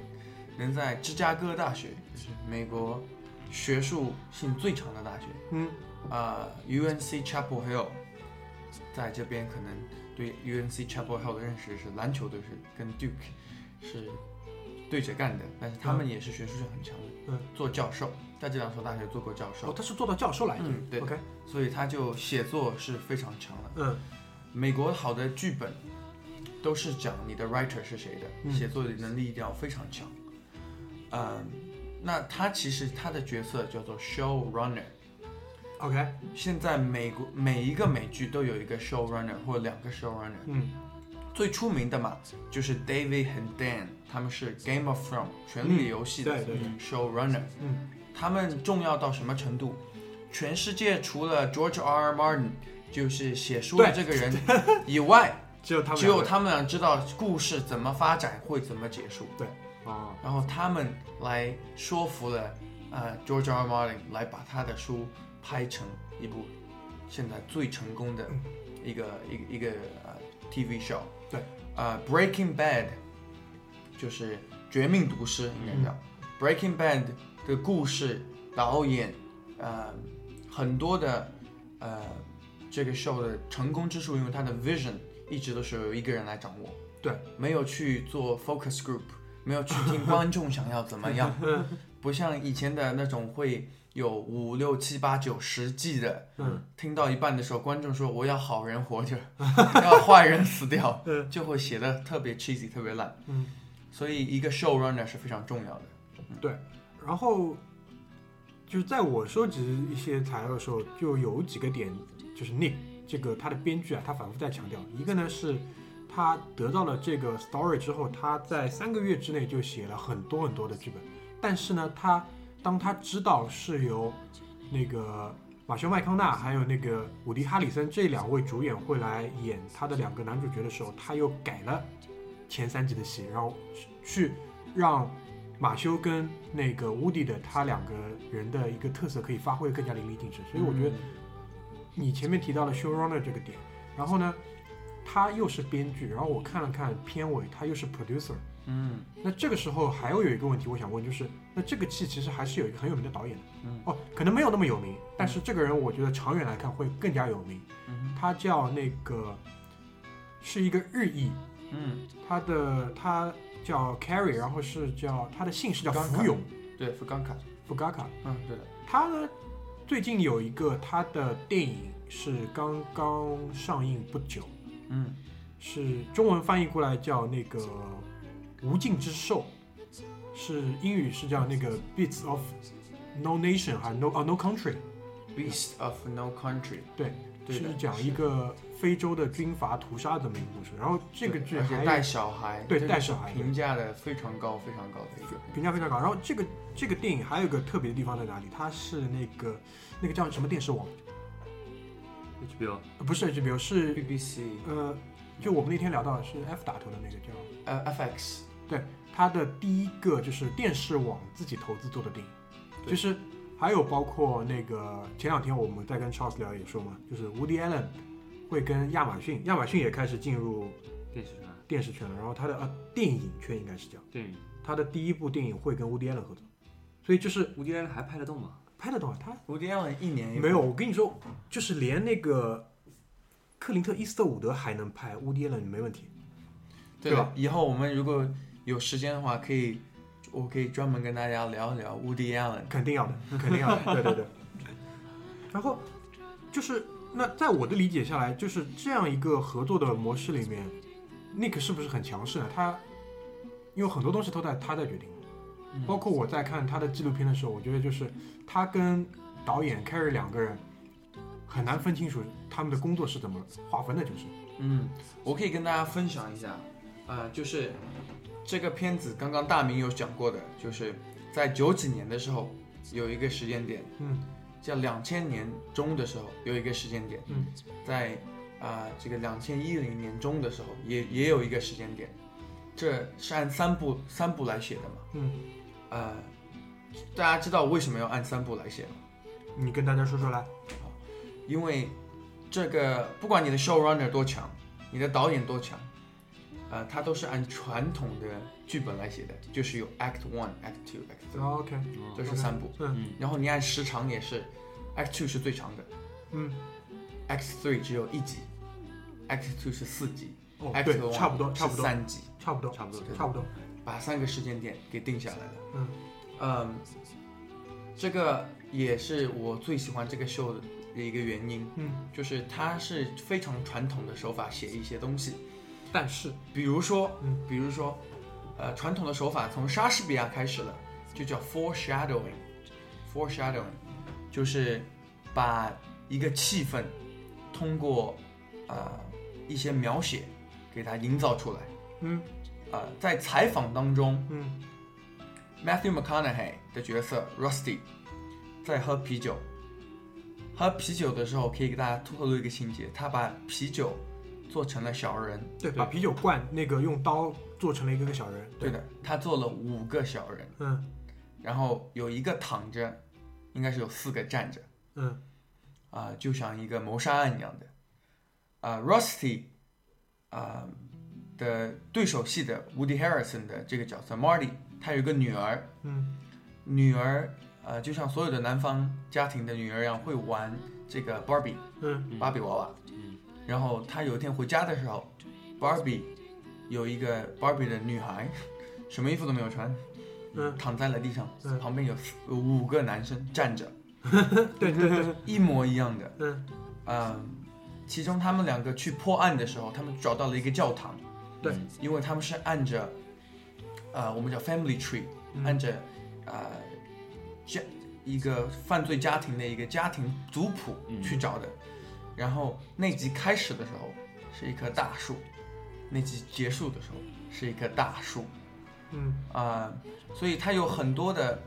Speaker 4: 能在芝加哥大学，就是美国学术性最强的大学，
Speaker 2: 嗯，
Speaker 4: 啊、u n c Chapel Hill，在这边可能对 UNC Chapel Hill 的认识是篮球队是跟 Duke 是对着干的，但是他们也是学术性很强的，
Speaker 2: 嗯，
Speaker 4: 做教授，在这两所大学做过教授
Speaker 2: 哦，，他是做到教授来的。
Speaker 4: 嗯，对，
Speaker 2: OK，
Speaker 4: 所以他就写作是非常强的。
Speaker 2: 嗯
Speaker 4: 美国好的剧本都是讲你的 writer 是谁的，
Speaker 2: 嗯
Speaker 4: 写作的能力一定要非常强。嗯，那他其实他的角色叫做 show runner。
Speaker 2: ，OK，
Speaker 4: 现在美国每一个美剧都有一个 show runner 或者两个 show runner，
Speaker 2: 嗯
Speaker 4: 最出名的嘛就是 David 和 Dan，他们是 Game of Thrones 权力游戏
Speaker 2: 对
Speaker 4: 的
Speaker 2: 嗯对对
Speaker 4: show runner。
Speaker 2: 嗯
Speaker 4: 他们重要到什么程度？全世界除了 George R. R. Martin，就是写书的
Speaker 2: 对
Speaker 4: 这个人以外，
Speaker 2: 只 有他们
Speaker 4: 只
Speaker 2: 两
Speaker 4: 有
Speaker 2: 个人，
Speaker 4: 他们俩知道故事怎么发展，会怎么结束。
Speaker 2: 哦，
Speaker 4: 然后他们来说服了呃 George R. R. Martin 来把他的书拍成一部现在最成功的一个、一个一个呃 TV show。
Speaker 2: 对，
Speaker 4: 呃 Breaking Bad 就是《绝命毒师》应该叫、Breaking Bad 的故事导演呃很多的呃这个 show 的成功之处，因为它的 vision 一直都是由一个人来掌握。
Speaker 2: 对，
Speaker 4: 没有去做 focus group，没有去听观众想要怎么 样，
Speaker 2: 嗯
Speaker 4: 不像以前的那种会有五六七八九十季的，
Speaker 2: 嗯，
Speaker 4: 听到一半的时候，观众说我要好人 活着，要坏人死掉，
Speaker 2: 嗯
Speaker 4: 就会写的特别 cheesy，特别烂，
Speaker 2: 嗯，
Speaker 4: 所以一个 show runner 是非常重要的，
Speaker 2: 然后就是在我收集一些材料的时候，就有几个点，就是 Nick 这个他的编剧啊，他反复在强调，一个呢是他得到了这个 story 之后，他在三个月之内就写了很多很多的剧本，但是呢，他当他知道是由那个马修麦康纳还有那个伍迪哈里森这两位主演会来演他的两个男主角的时候，他又改了前三集的戏，然后去让马修跟那个乌迪的他两个人的一个特色可以发挥得更加淋漓尽致。所以我觉得
Speaker 4: 嗯
Speaker 2: 你前面提到了 showrunner 这个点，然后呢，他又是编剧，然后我看了看片尾，他又是 producer。
Speaker 4: 嗯
Speaker 2: 那这个时候还要有一个问题，我想问，就是那这个戏其实还是有一个很有名的导演的，
Speaker 4: 嗯
Speaker 2: 哦，可能没有那么有名，但是这个人我觉得长远来看会更加有名。
Speaker 4: 嗯
Speaker 2: 他叫那个是一个日裔，
Speaker 4: 嗯，
Speaker 2: 他的他叫 Carry，然后是叫他的姓氏叫
Speaker 4: 刚
Speaker 2: 福
Speaker 4: 看
Speaker 2: 永
Speaker 4: 嗯对，福冈卡，
Speaker 2: 福嘎卡。
Speaker 4: 嗯，对的，
Speaker 2: 他呢最近有一个他的电影是刚刚上映不久，
Speaker 4: 嗯
Speaker 2: 是中文翻译过来叫那个《无尽之兽》，是英语是叫那个《Beats of No Nation》还是 No 啊 No Country？
Speaker 4: ，Beast of No Country，
Speaker 2: 对，
Speaker 4: 对的
Speaker 2: 是讲一个非洲的军阀屠杀的这么一个故事。然后这个
Speaker 4: 对
Speaker 2: 剧
Speaker 4: 而且
Speaker 2: 还
Speaker 4: 带小孩，
Speaker 2: 对
Speaker 4: 这个
Speaker 2: 带
Speaker 4: 是
Speaker 2: 小孩
Speaker 4: 评价的非常高，非常高的一个
Speaker 2: 评价非常高。然后这个这个电影还有一个特别的地方在哪里？它是那个那个叫什么电视网？
Speaker 3: HBO
Speaker 2: 呃不是 HBO，是
Speaker 4: BBC，
Speaker 2: 呃，就我们那天聊到的是 F 打头的那个叫。
Speaker 4: 呃，FX，
Speaker 2: 他的第一个就是电视网自己投资做的电影，
Speaker 4: 对
Speaker 2: 就是还有包括那个前两天我们在跟 Charles 聊也说嘛，就是 Woody Allen 会跟亚马逊，亚马逊也开始进入
Speaker 3: 电视台
Speaker 2: 电视圈了，然后他的呃电影圈应该是这样，
Speaker 3: 电影，
Speaker 2: 他的第一部电影会跟 Woody Allen 合作，所以就是
Speaker 3: 吴迪安还拍得动吗？
Speaker 2: 拍得懂啊，他
Speaker 4: 吴迪安一年一
Speaker 2: 没有，我跟你说，就是连那个克林特·伊斯特伍德还能拍，Woody Allen 没问题。
Speaker 4: 对
Speaker 2: 对
Speaker 4: 吧？以后我们如果有时间的话，可以，我可以专门跟大家聊一聊 Woody Allen。
Speaker 2: 肯定要的，肯定要 的，对对对。然后就是那在我的理解下来，就是这样一个合作的模式里面，Nick 是不是很强势呢？他因为很多东西都在他在决定，包括我在看他的纪录片的时候，我觉得就是他跟导演 Carrie 两个人很难分清楚他们的工作是怎么划分的，就是
Speaker 4: 嗯，我可以跟大家分享一下，呃，就是这个片子刚刚大明有讲过的，就是在九几年的时候有一个时间点，
Speaker 2: 嗯，
Speaker 4: 叫两千年中的时候有一个时间点，
Speaker 2: 嗯，
Speaker 4: 在啊、呃这个两千一零年中的时候也也有一个时间点，这是按三部三部来写的嘛，
Speaker 2: 嗯，
Speaker 4: 呃，大家知道为什么要按三部来写吗？
Speaker 2: 你跟大家说说来，
Speaker 4: 因为这个不管你的 showrunner 多强，你的导演多强，呃，他都是按传统的剧本来写的，就是有 Act One、Act Two、Act Three，
Speaker 2: o k
Speaker 4: 这是三部。
Speaker 2: 嗯
Speaker 3: 嗯，
Speaker 4: 然后你按时长也是，Act Two 是最长的
Speaker 2: 嗯，
Speaker 4: ，Act Three 只有一集，Act Two 是四集
Speaker 2: 哦
Speaker 4: ，Act
Speaker 2: 对，
Speaker 4: One
Speaker 2: 差不多，差不
Speaker 4: 是
Speaker 2: 多，
Speaker 4: 三集，
Speaker 2: 差不多，
Speaker 3: 差不多，
Speaker 2: 差不多，
Speaker 4: 把三个时间点给定下来了。
Speaker 2: 嗯
Speaker 4: 嗯，这个也是我最喜欢这个秀的一个原因。
Speaker 2: 嗯，
Speaker 4: 就是它是非常传统的手法写一些东西，
Speaker 2: 但是
Speaker 4: 比如说，
Speaker 2: 嗯
Speaker 4: 比如说，呃，传统的手法从莎士比亚开始了，就叫 foreshadowing。foreshadowing 就是把一个气氛通过呃一些描写给它营造出来。
Speaker 2: 嗯
Speaker 4: 呃，在采访当中
Speaker 2: 嗯。
Speaker 4: ，Matthew McConaughey 的角色 Rusty 在喝啤酒。喝啤酒的时候，可以给大家透露一个情节，他把啤酒做成了小人。
Speaker 2: 对，
Speaker 3: 对
Speaker 2: 把啤酒罐那个用刀做成了一个个小人。
Speaker 4: 对，的，他做了五个小人，
Speaker 2: 嗯
Speaker 4: 然后有一个躺着，应该是有四个站着，
Speaker 2: 嗯
Speaker 4: 啊、就像一个谋杀案一样的。啊、r u s t y 啊、的对手戏的 Woody Harrison 的这个角色 Marty，他有一个女儿，
Speaker 2: 嗯
Speaker 4: 女儿呃，就像所有的南方家庭的女儿一样，会玩这个 Barbie
Speaker 2: 嗯
Speaker 4: 芭比娃娃。
Speaker 3: 嗯
Speaker 4: 然后他有一天回家的时候，Barbie 有一个 Barbie 的女孩，什么衣服都没有穿，
Speaker 2: 嗯，
Speaker 4: 躺在了地上，
Speaker 2: 嗯
Speaker 4: 旁边有四有五个男生站着，
Speaker 2: 对对 对，
Speaker 4: 一模一样的。
Speaker 2: 嗯
Speaker 4: 嗯，其中他们两个去破案的时候，他们找到了一个教堂，
Speaker 2: 对
Speaker 3: 嗯
Speaker 4: 因为他们是按着，呃，我们叫 family tree，
Speaker 2: 嗯
Speaker 4: 按着呃家一个犯罪家庭的一个家庭族谱
Speaker 3: 嗯
Speaker 4: 去找的。然后那集开始的时候是一棵大树，那集结束的时候是一棵大树
Speaker 2: 嗯
Speaker 4: 啊、所以它有很多的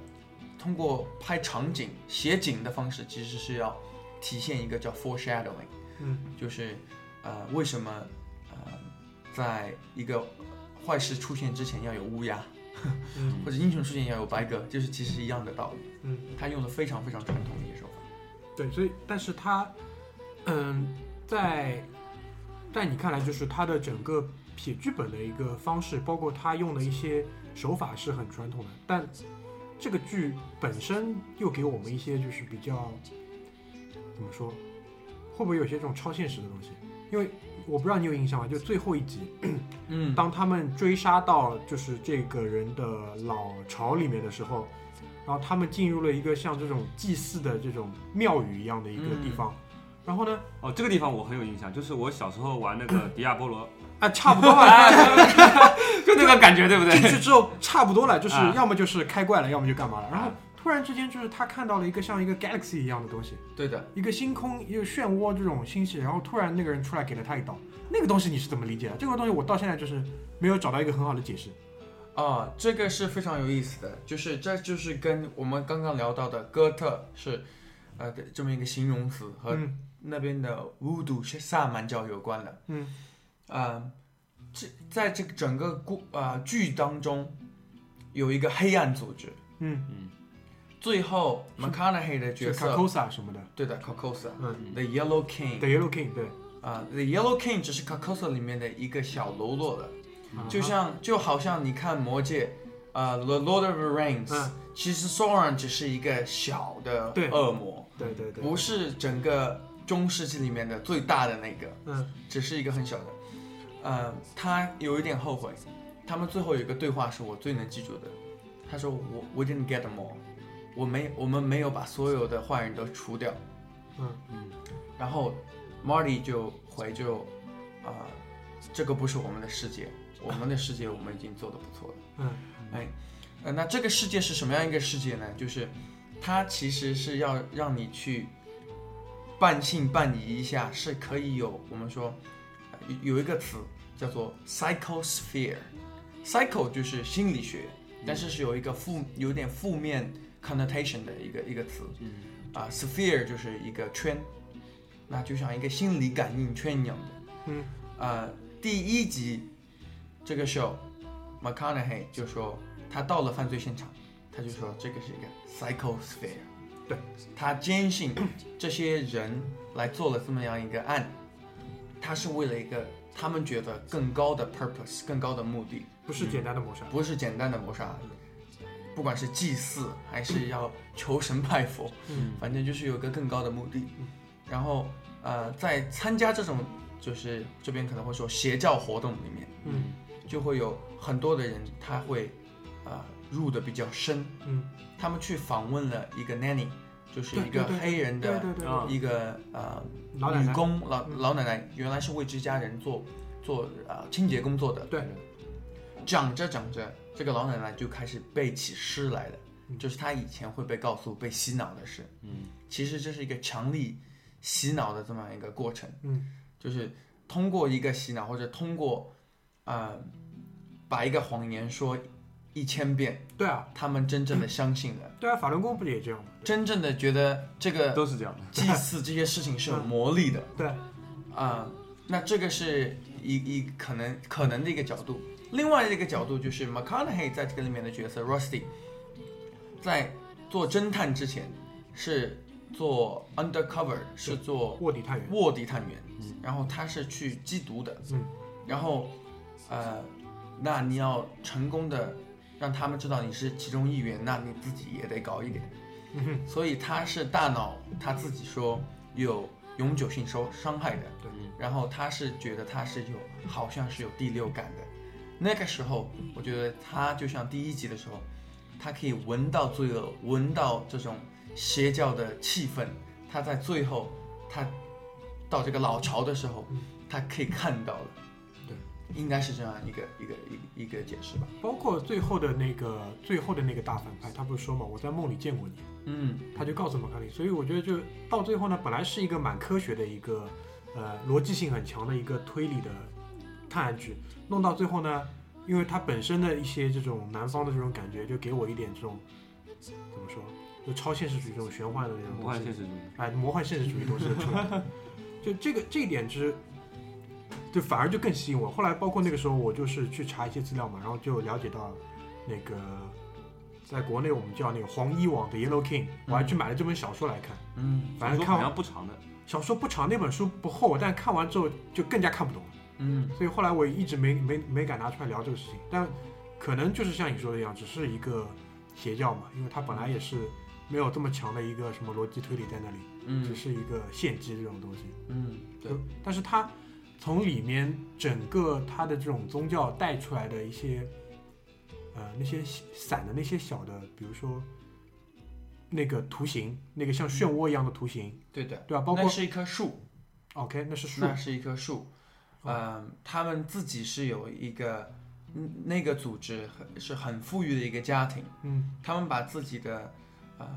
Speaker 4: 通过拍场景、写景的方式，其实是要体现一个叫 foreshadowing。
Speaker 2: 嗯
Speaker 4: 就是呃，为什么呃，在一个坏事出现之前要有乌鸦，
Speaker 2: 嗯
Speaker 4: 或者英雄出现要有白鸽，就是其实一样的道理。
Speaker 2: 嗯，
Speaker 4: 他用的非常非常传统的一些手法。
Speaker 2: 对，所以但是它，嗯，在在你看来，就是它的整个写剧本的一个方式，包括它用的一些手法是很传统的，但这个剧本身又给我们一些就是比较怎么说，会不会有些这种超现实的东西？因为我不知道你有印象吗？就最后一集，
Speaker 4: 嗯
Speaker 2: 当他们追杀到就是这个人的老巢里面的时候，然后他们进入了一个像这种祭祀的这种庙宇一样的一个地方，然后呢，
Speaker 3: 哦，这个地方我很有印象，就是我小时候玩那个迪亚波罗，
Speaker 2: 啊，差不多了，
Speaker 3: 嗯 就那个感觉，对不
Speaker 2: 进
Speaker 3: 对？
Speaker 2: 去之后差不多了，就是
Speaker 3: 啊
Speaker 2: 要么就是开怪了，要么就干嘛了，然后
Speaker 3: 啊。
Speaker 2: 突然之间，就是他看到了一个像一个 galaxy 一样的东西，
Speaker 4: 对的，
Speaker 2: 一个星空，一个漩涡这种星系，然后突然那个人出来给了他一刀，那个东西你是怎么理解的？这个东西我到现在就是没有找到一个很好的解释。
Speaker 4: 啊，这个是非常有意思的，就是这就是跟我们刚刚聊到的哥特是，呃，的这么一个形容词和
Speaker 2: 嗯
Speaker 4: 那边的巫毒是萨满教有关的。
Speaker 2: 嗯，
Speaker 4: 啊、这在这个整个故啊、剧当中，有一个黑暗组织，
Speaker 2: 嗯，
Speaker 4: 最后
Speaker 2: 是
Speaker 4: McConaughey 的角
Speaker 2: 是
Speaker 4: 色，
Speaker 2: Carcosa 什么的，
Speaker 4: 对的 c o c o s a
Speaker 2: 嗯
Speaker 4: 啊 The Yellow King，
Speaker 2: ，The Yellow King，对，
Speaker 4: 啊、t h e Yellow King 只是 c o c o s a 里面的一个小喽啰的，就
Speaker 2: 啊
Speaker 4: 像就好像你看《魔戒》，啊，《The Lord of the Rings》
Speaker 2: 嗯
Speaker 4: 其实 Sauron 只是一个小的
Speaker 2: 对
Speaker 4: 恶魔，
Speaker 2: 对对对，
Speaker 4: 不是整个中世纪里面的最大的那个，
Speaker 2: 嗯
Speaker 4: 只是一个很小的。呃，他有一点后悔，他们最后有一个对话是我最能记住的，他说我我 didn't get them all，我没我们没有把所有的坏人都除掉。
Speaker 2: 嗯
Speaker 4: 然后 Marty 就回就，啊、这个不是我们的世界，我们的世界我们已经做得不错了。
Speaker 2: 嗯
Speaker 4: 哎，呃，那这个世界是什么样一个世界呢？就是它其实是要让你去半信半疑一下，是可以有我们说、呃有有一个词叫做 psychosphere，psycho 就是心理学，但是是有一个负有点负面 connotation 的一个一个词，啊、s p h e r e 就是一个圈，那就像一个心理感应圈一样的。
Speaker 2: 嗯
Speaker 4: 呃，第一集这个 show，McConaughey 就说他到了犯罪现场，他就说这个是一个 psychosphere，
Speaker 2: 对，
Speaker 4: 他坚信这些人来做了这么样一个案，他是为了一个他们觉得更高的 purpose，更高的目的，
Speaker 2: 不是简单的谋杀，
Speaker 4: 不是简单的谋杀，不管是祭祀还是要求神拜佛，
Speaker 2: 嗯
Speaker 4: 反正就是有一个更高的目的。然后呃，在参加这种就是这边可能会说邪教活动里面，
Speaker 2: 嗯
Speaker 4: 就会有很多的人他会呃入的比较深，
Speaker 2: 嗯，
Speaker 4: 他们去访问了一个 nanny，就是
Speaker 2: 对
Speaker 4: 一个
Speaker 2: 对对
Speaker 4: 黑人
Speaker 2: 对
Speaker 4: 的
Speaker 2: 对对，
Speaker 3: 啊
Speaker 2: 对
Speaker 4: 一个呃
Speaker 2: 老奶
Speaker 4: 女
Speaker 2: 奶，
Speaker 4: 工老
Speaker 2: 嗯
Speaker 4: 老奶奶，原来是为这家人做做呃清洁工作的。
Speaker 2: 对，
Speaker 4: 讲着讲着，这个老奶奶就开始背起诗来了，
Speaker 2: 嗯
Speaker 4: 就是她以前会被告诉、被洗脑的事。
Speaker 3: 嗯，
Speaker 4: 其实这是一个强力洗脑的这么样一个过程，
Speaker 2: 嗯
Speaker 4: 就是通过一个洗脑，或者通过呃把一个谎言说一千遍，
Speaker 2: 对啊
Speaker 4: 他们 真正的相信了，
Speaker 2: 对啊，法轮功不也这样吗？
Speaker 4: 真正的觉得这个
Speaker 3: 都是这样的。
Speaker 4: 祭祀这些事情是有魔力的。
Speaker 2: 对，
Speaker 4: 啊、那这个是一一可能可能的一个角度。另外一个角度就是 McConaughey 在这个里面的角色 Rusty，在做侦探之前是做 undercover，是做
Speaker 2: 卧底探员，
Speaker 4: 卧底探员，然后他是去缉毒的，
Speaker 2: 嗯，
Speaker 4: 然后呃，那你要成功的让他们知道你是其中一员，那你自己也得搞一点，
Speaker 2: 嗯哼，
Speaker 4: 所以他是大脑他自己说有永久性受伤害的，
Speaker 2: 对，
Speaker 4: 然后他是觉得他是有好像是有第六感的，那个时候我觉得他就像第一集的时候，他可以闻到罪恶，闻到这种邪教的气氛，他在最嗯后他到这个老巢的时候，他可以看到了，
Speaker 2: 对，
Speaker 4: 应该是这样一个一个一个一个解释吧。
Speaker 2: 包括最后的那个最后的那个大反派，他不是说嘛，我在梦里见过你，
Speaker 4: 嗯，
Speaker 2: 他就告诉马卡里，所以我觉得就到最后呢，本来是一个蛮科学的一个呃逻辑性很强的一个推理的探案剧，弄到最后呢，因为它本身的一些这种南方的这种感觉，就给我一点这种怎么说，就超现实主义这种玄幻的那种东
Speaker 3: 魔
Speaker 2: 西
Speaker 3: 幻现实主义。
Speaker 2: 哎，魔幻现实主义东西出来了，就这个这一点是，就反而就更吸引我。后来包括那个时候，我就是去查一些资料嘛，然后就了解到那个在国内我们叫那个黄衣王的 Yellow King，我还去买了这本小说来看。
Speaker 4: 嗯
Speaker 2: 反正
Speaker 3: 嗯小说
Speaker 2: 看
Speaker 3: 好
Speaker 2: 完
Speaker 3: 像不 长的，
Speaker 2: 小说不长，那本书不厚，但看完之后就更加看不懂了。
Speaker 4: 嗯
Speaker 2: 所以后来我一直没没没敢拿出来聊这个事情，但可能就是像你说的一样，只是一个邪教嘛，因为它本来也是没有这么强的一个什么逻辑推理在那里。只
Speaker 4: 嗯
Speaker 2: 是一个献祭这种东西。
Speaker 4: 嗯，对
Speaker 2: 就，但是它从里面整个它的这种宗教带出来的一些，呃，那些散的那些小的，比如说那个图形，那个像漩涡一样的图形，
Speaker 4: 对的。
Speaker 2: 对吧？包括
Speaker 4: 那是一棵树，
Speaker 2: OK，那是树
Speaker 4: 那是一棵树。嗯、他们自己是有一个，嗯那个组织很是很富裕的一个家庭，
Speaker 2: 嗯，
Speaker 4: 他们把自己的呃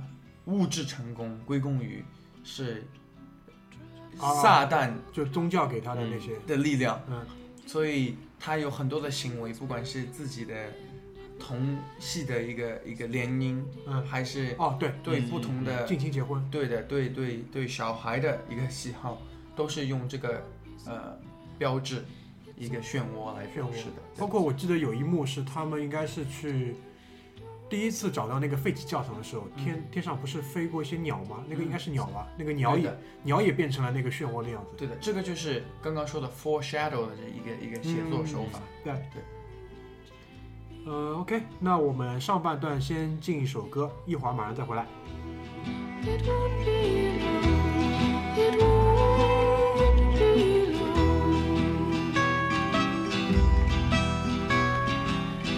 Speaker 4: 物质成功归功于是
Speaker 2: 啊
Speaker 4: 撒旦
Speaker 2: 就宗教给他的那些，
Speaker 4: 的力量，
Speaker 2: 嗯
Speaker 4: 所以他有很多的行为，不管是自己的同系的一个一个联姻，
Speaker 2: 嗯，
Speaker 4: 还是
Speaker 2: 哦对，
Speaker 4: 对
Speaker 3: 嗯
Speaker 4: 不同的
Speaker 2: 近亲结婚，
Speaker 4: 对的，对对对，小孩的一个喜好都是用这个呃标志，一个漩涡来表示的。
Speaker 2: 包括我记得有一幕是他们应该是去第一次找到那个废弃教堂的时候，天天上不是飞过一些鸟吗？那个应该是鸟吧？那个鸟
Speaker 4: 嗯对
Speaker 2: 也
Speaker 4: 的，
Speaker 2: 鸟也变成了那个漩涡的样子。
Speaker 4: 对的，这个就是刚刚说的 foreshadow 的这一个一个写作手法。
Speaker 2: 呃，OK，那我们上半段先进一首歌，一会儿马上再回来。
Speaker 1: It won't be long. It won't be long.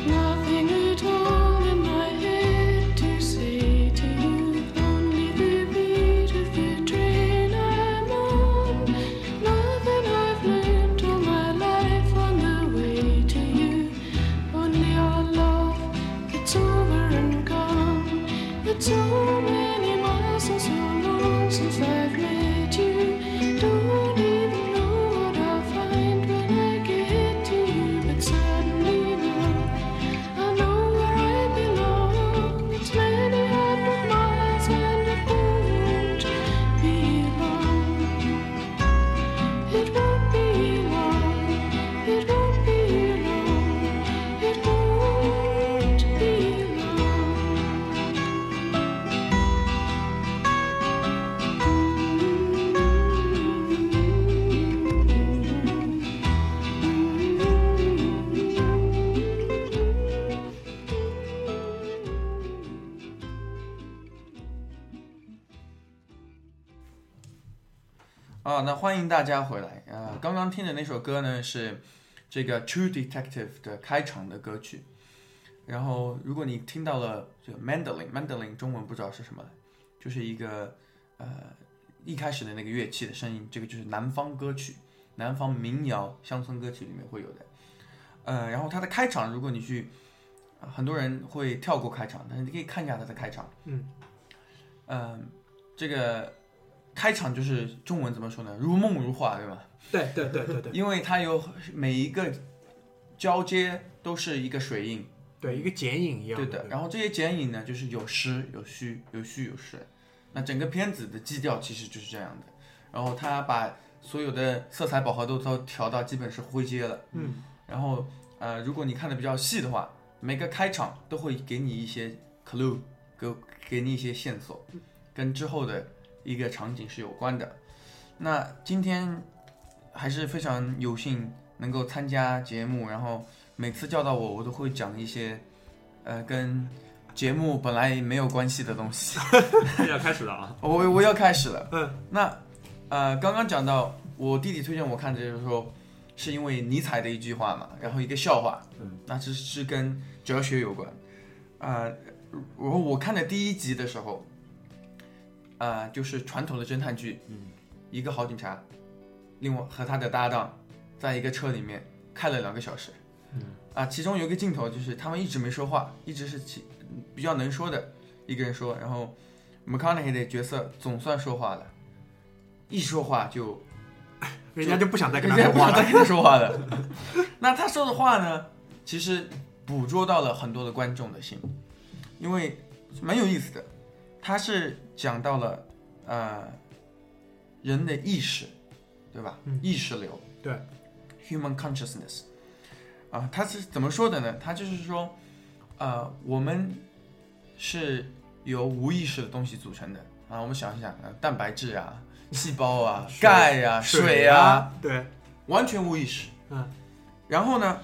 Speaker 1: Nothing at all in my head to say to you. Only the beat of the train I'm on. Nothing I've learned all my life on the way to you. Only our love, it's over and gone. It's so many miles and so long since I've met you. Don't even know what I'll find when I get to you. But suddenly now, I know where I belong. It's many hundred miles and it won't be long. It won't be long. It won't be long. It won't be long.
Speaker 4: 啊，那欢迎大家回来。呃，刚刚听的那首歌呢是这个《True Detective》的开场的歌曲。然后，如果你听到了这个 Mandolin，Mandolin 中文不知道是什么，就是一个呃一开始的那个乐器的声音，这个就是南方歌曲、南方民谣、乡村歌曲里面会有的。呃，然后它的开场，如果你去，呃很多人会跳过开场，但是你可以看一下它的开场。
Speaker 2: 嗯
Speaker 4: 嗯、这个开场就是中文怎么说呢？如梦如画，对吗？
Speaker 2: 对对对对对
Speaker 4: 因为它有每一个交接都是一个水印，
Speaker 2: 对，一个剪影一样。
Speaker 4: 嗯对的。然后这些剪影呢，就是有实有虚，有虚有实。那整个片子的基调其实就是这样的。然后他把所有的色彩饱和度都调到基本是灰阶了。
Speaker 2: 嗯，
Speaker 4: 然后呃，如果你看的比较细的话，每个开场都会给你一些 clue，给给你一些线索，
Speaker 2: 嗯
Speaker 4: 跟之后的一个场景是有关的。那今天还是非常有幸能够参加节目，然后每次叫到我，我都会讲一些呃跟节目本来没有关系的东西。
Speaker 3: 要开始了啊！
Speaker 4: 我我要开始了。
Speaker 2: 嗯，
Speaker 4: 那呃，刚刚讲到我弟弟推荐我看这个时候，是因为尼采的一句话嘛，然后一个笑话，
Speaker 3: 嗯，
Speaker 4: 那这是跟哲学有关。呃，我我看的第一集的时候，呃，就是传统的侦探剧，
Speaker 3: 嗯，
Speaker 4: 一个好警察，另外和他的搭档在一个车里面看了两个小时。嗯，啊，其中有一个镜头就是他们一直没说话，一直是其比较能说的一个人说，然后 McConaughey 的角色总算说话了，一说话就
Speaker 2: 人家就不想再跟他
Speaker 4: 人家
Speaker 2: 说
Speaker 4: 不
Speaker 2: 话
Speaker 4: 想
Speaker 2: 了。
Speaker 4: 再跟他说话了。 那他说的话呢，其实捕捉到了很多的观众的心，因为蛮有意思的。他是讲到了呃人的意识，对吧？
Speaker 2: 嗯
Speaker 4: 意识流，
Speaker 2: 对
Speaker 4: ，human consciousness。啊，他是怎么说的呢？他就是说，呃，我们是由无意识的东西组成的啊。我们想一想，啊，蛋白质啊、细胞 啊、
Speaker 2: 水
Speaker 4: 钙啊、水啊，
Speaker 2: 啊，对，
Speaker 4: 完全无意识。
Speaker 2: 嗯，
Speaker 4: 然后呢，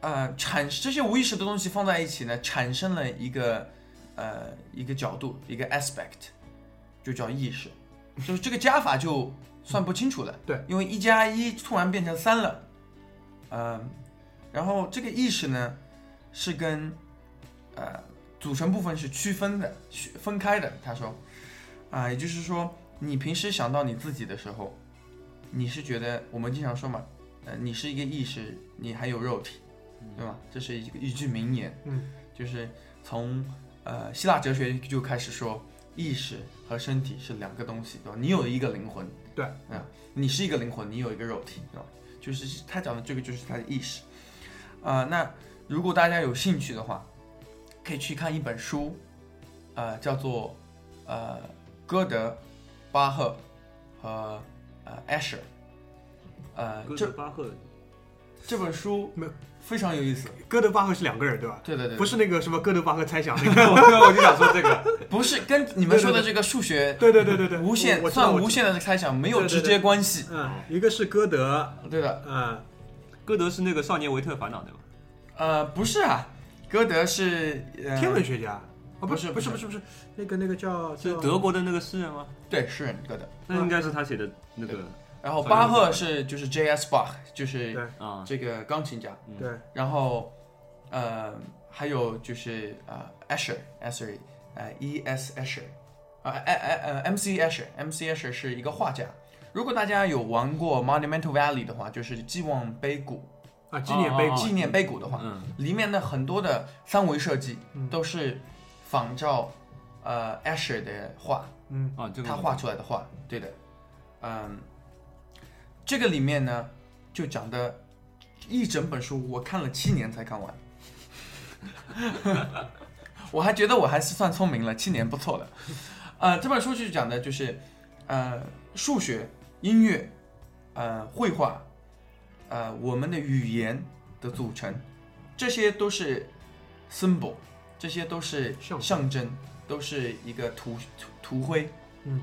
Speaker 4: 呃，产这些无意识的东西放在一起呢，产生了一个呃一个角度，一个 aspect，就叫意识。就是这个加法就算不清楚了。
Speaker 2: 对，
Speaker 4: 因为一加一突然变成三了。嗯、然后这个意识呢是跟呃组成部分是区分的、区分开的。他说，啊、也就是说，你平时想到你自己的时候，你是觉得我们经常说嘛，呃，你是一个意识，你还有肉体，对吗？这是一个一句名言，
Speaker 2: 嗯，
Speaker 4: 就是从呃希腊哲学就开始说，意识和身体是两个东西，对吧？你有一个灵魂，
Speaker 2: 对
Speaker 4: 啊、你是一个灵魂，你有一个肉体，对吧？就是他讲的这个就是他的意识，啊、那如果大家有兴趣的话，可以去看一本书，呃，叫做呃歌德、巴赫和呃 Asher，呃
Speaker 3: 哥
Speaker 4: 这
Speaker 3: 德巴赫
Speaker 4: 这本书
Speaker 2: 没有
Speaker 4: 非常有意思。
Speaker 2: 哥德巴赫是两个人对吧？
Speaker 4: 对对对，
Speaker 2: 不是那 个什么哥德巴赫猜想那个。
Speaker 3: 我我就想说这个，
Speaker 4: 不是跟你们说的这个数学
Speaker 2: 对对对对对，
Speaker 4: 无限
Speaker 2: 我我知道
Speaker 4: 算
Speaker 2: 我
Speaker 4: 无
Speaker 2: 知
Speaker 4: 限的猜想没有
Speaker 2: 对对
Speaker 4: 直
Speaker 2: 对
Speaker 4: 接关系，
Speaker 2: 道嗯，一个是歌德，
Speaker 4: 对的。
Speaker 2: 嗯，
Speaker 3: 歌德是那个《少年维特烦恼》对吧？
Speaker 4: 呃，不是啊，歌德是呃
Speaker 2: 天文学家。啊，
Speaker 4: 不
Speaker 2: 不
Speaker 4: 是
Speaker 2: 不
Speaker 4: 不
Speaker 2: 不是不是，那个那个叫
Speaker 3: 是
Speaker 2: 叫
Speaker 3: 德国的那个诗人吗？
Speaker 4: 对诗人歌德，
Speaker 3: 嗯那应该是他写的那个
Speaker 4: 然后
Speaker 3: 算
Speaker 4: 巴
Speaker 3: 是歌
Speaker 4: 赫
Speaker 3: 德
Speaker 4: 是就是 J.S. Bach，就是
Speaker 2: 对
Speaker 3: 啊，
Speaker 4: 这个钢琴家，
Speaker 2: 对啊
Speaker 4: 然后呃还有就是呃 Asher Asher 呃 E.S. Asher 啊哎哎呃 M.C. Asher M.C. Asher 是一个画家。如果大家有玩过 Monumental Valley 的话，就是寄望碑谷
Speaker 2: 啊纪念碑
Speaker 3: 哦哦哦
Speaker 4: 纪念碑谷的话，
Speaker 3: 嗯，
Speaker 4: 里面的很多的三维设计
Speaker 2: 嗯
Speaker 4: 都是仿照呃 Asher 的画，
Speaker 2: 嗯
Speaker 3: 啊，这个
Speaker 4: 他画出来的画，对的，嗯，这个里面呢就讲的一整本书，我看了七年才看完， 我还觉得我还是算聪明了，七年不错了。呃，这本书就讲的就是呃数学、音乐、呃绘画、呃我们的语言的组成，这些都是 symbol，这些都是
Speaker 2: 象征
Speaker 4: 象征，都是一个图图图徽。啊
Speaker 2: 嗯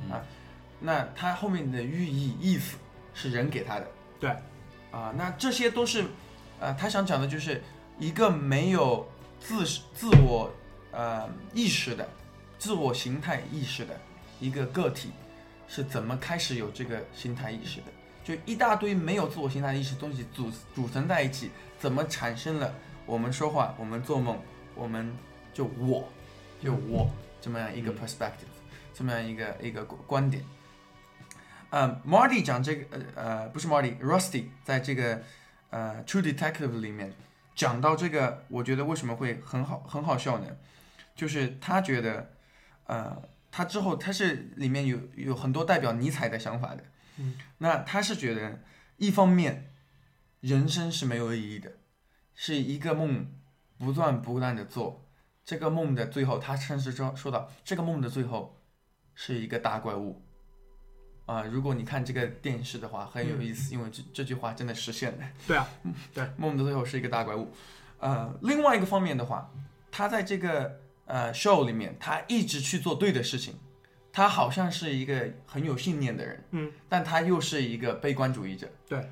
Speaker 4: 那它后面的寓意意思是人给他的。
Speaker 2: 对
Speaker 4: 啊、那这些都是，呃，他想讲的就是一个没有自自我呃意识的、自我形态意识的一个个体，是怎么开始有这个形态意识的？就一大堆没有自我形态意识的东西组组成在一起，怎么产生了我们说话、我们做梦、我们就我，就我这么样一个 perspective，、这么样一个一个观点。呃，Marty 讲这个，呃呃，不是 Marty，Rusty 在这个呃《True Detective》里面讲到这个，我觉得为什么会很好很好笑呢？就是他觉得，呃，他之后他是里面有有很多代表尼采的想法的，
Speaker 2: 嗯，
Speaker 4: 那他是觉得一方面人生是没有意义的，是一个梦不断不断的做，这个梦的最后，他甚至说说到这个梦的最后是一个大怪物。啊、如果你看这个电视的话，很有意思，因为这这句话真的实现了。
Speaker 2: 对啊，
Speaker 4: 梦的最后是一个大怪物。呃，另外一个方面的话，他在这个呃 show 里面，他一直去做对的事情，他好像是一个很有信念的人，
Speaker 2: 嗯，
Speaker 4: 但他又是一个悲观主义者，
Speaker 2: 对，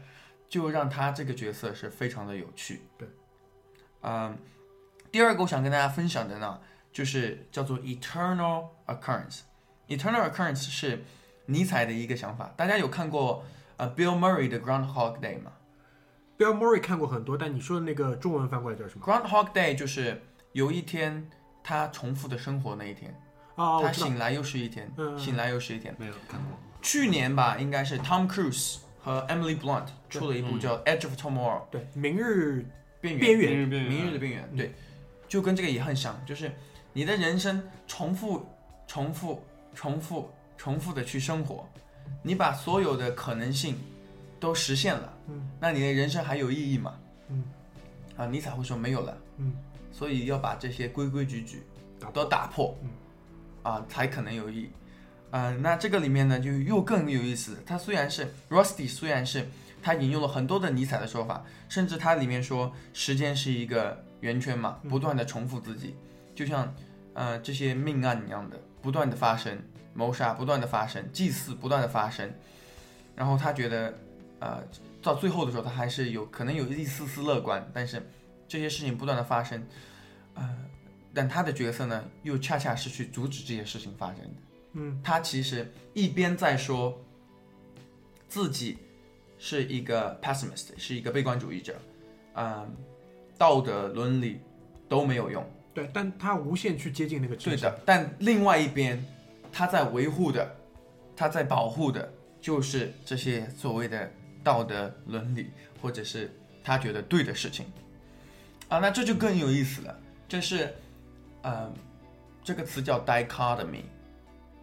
Speaker 4: 就让他这个角色是非常的有趣，
Speaker 2: 对，
Speaker 4: 嗯、第二个我想跟大家分享的呢，就是叫做 eternal occurrence。eternal occurrence 是尼采的一个想法，大家有看过呃 Bill Murray 的 Groundhog Day 吗？
Speaker 2: Bill Murray 看过很多，但你说的那个中文翻过来叫什么？
Speaker 4: Groundhog Day 就是有一天他重复的生活那一天，
Speaker 2: 啊，我
Speaker 4: 他
Speaker 2: 知道，
Speaker 4: 醒来又是一天，
Speaker 2: 嗯
Speaker 4: 醒来又是一天。
Speaker 3: 没有看过，
Speaker 4: 去年吧，应该是 Tom Cruise 和 Emily Blunt 出了一部叫《Edge of Tomorrow》
Speaker 2: 对，明日
Speaker 4: 边
Speaker 2: 嗯
Speaker 4: 缘
Speaker 2: 边
Speaker 3: 明
Speaker 2: 缘，
Speaker 3: 日边
Speaker 4: 明
Speaker 3: 缘
Speaker 4: 日的边缘，
Speaker 2: 嗯
Speaker 4: 对，就跟这个也很像，就是你的人生重复、重复、重复、重复的去生活，你把所有的可能性都实现了，
Speaker 2: 嗯，
Speaker 4: 那你的人生还有意义吗？
Speaker 2: 嗯，
Speaker 4: 啊，尼采会说没有了，
Speaker 2: 嗯，
Speaker 4: 所以要把这些规规矩矩
Speaker 2: 打
Speaker 4: 都打破，
Speaker 2: 嗯，
Speaker 4: 啊，才可能有意义。啊、那这个里面呢，就又更有意思。它虽然是 Rusty，虽然是他引用了很多的尼采的说法，甚至它里面说时间是一个圆圈嘛，
Speaker 2: 嗯
Speaker 4: 不断的重复自己，就像呃这些命案一样的，不断的发生，谋杀不断的发生，祭祀不断的发生。然后他觉得，呃，到最后的时候，他还是有可能有一丝丝乐观，但是这些事情不断的发生，呃，但他的角色呢，又恰恰是去阻止这些事情发生的。
Speaker 2: 嗯
Speaker 4: 他其实一边在说自己是一个 pessimist，是一个悲观主义者，嗯，道德伦理都没有用，
Speaker 2: 对，但他无限去接近那个
Speaker 4: 对
Speaker 2: 真相，
Speaker 4: 的。但另外一边，他在维护的，他在保护的，就是这些所谓的道德伦理，或者是他觉得对的事情啊，那这就更有意思了。这是，呃，这个词叫 dichotomy，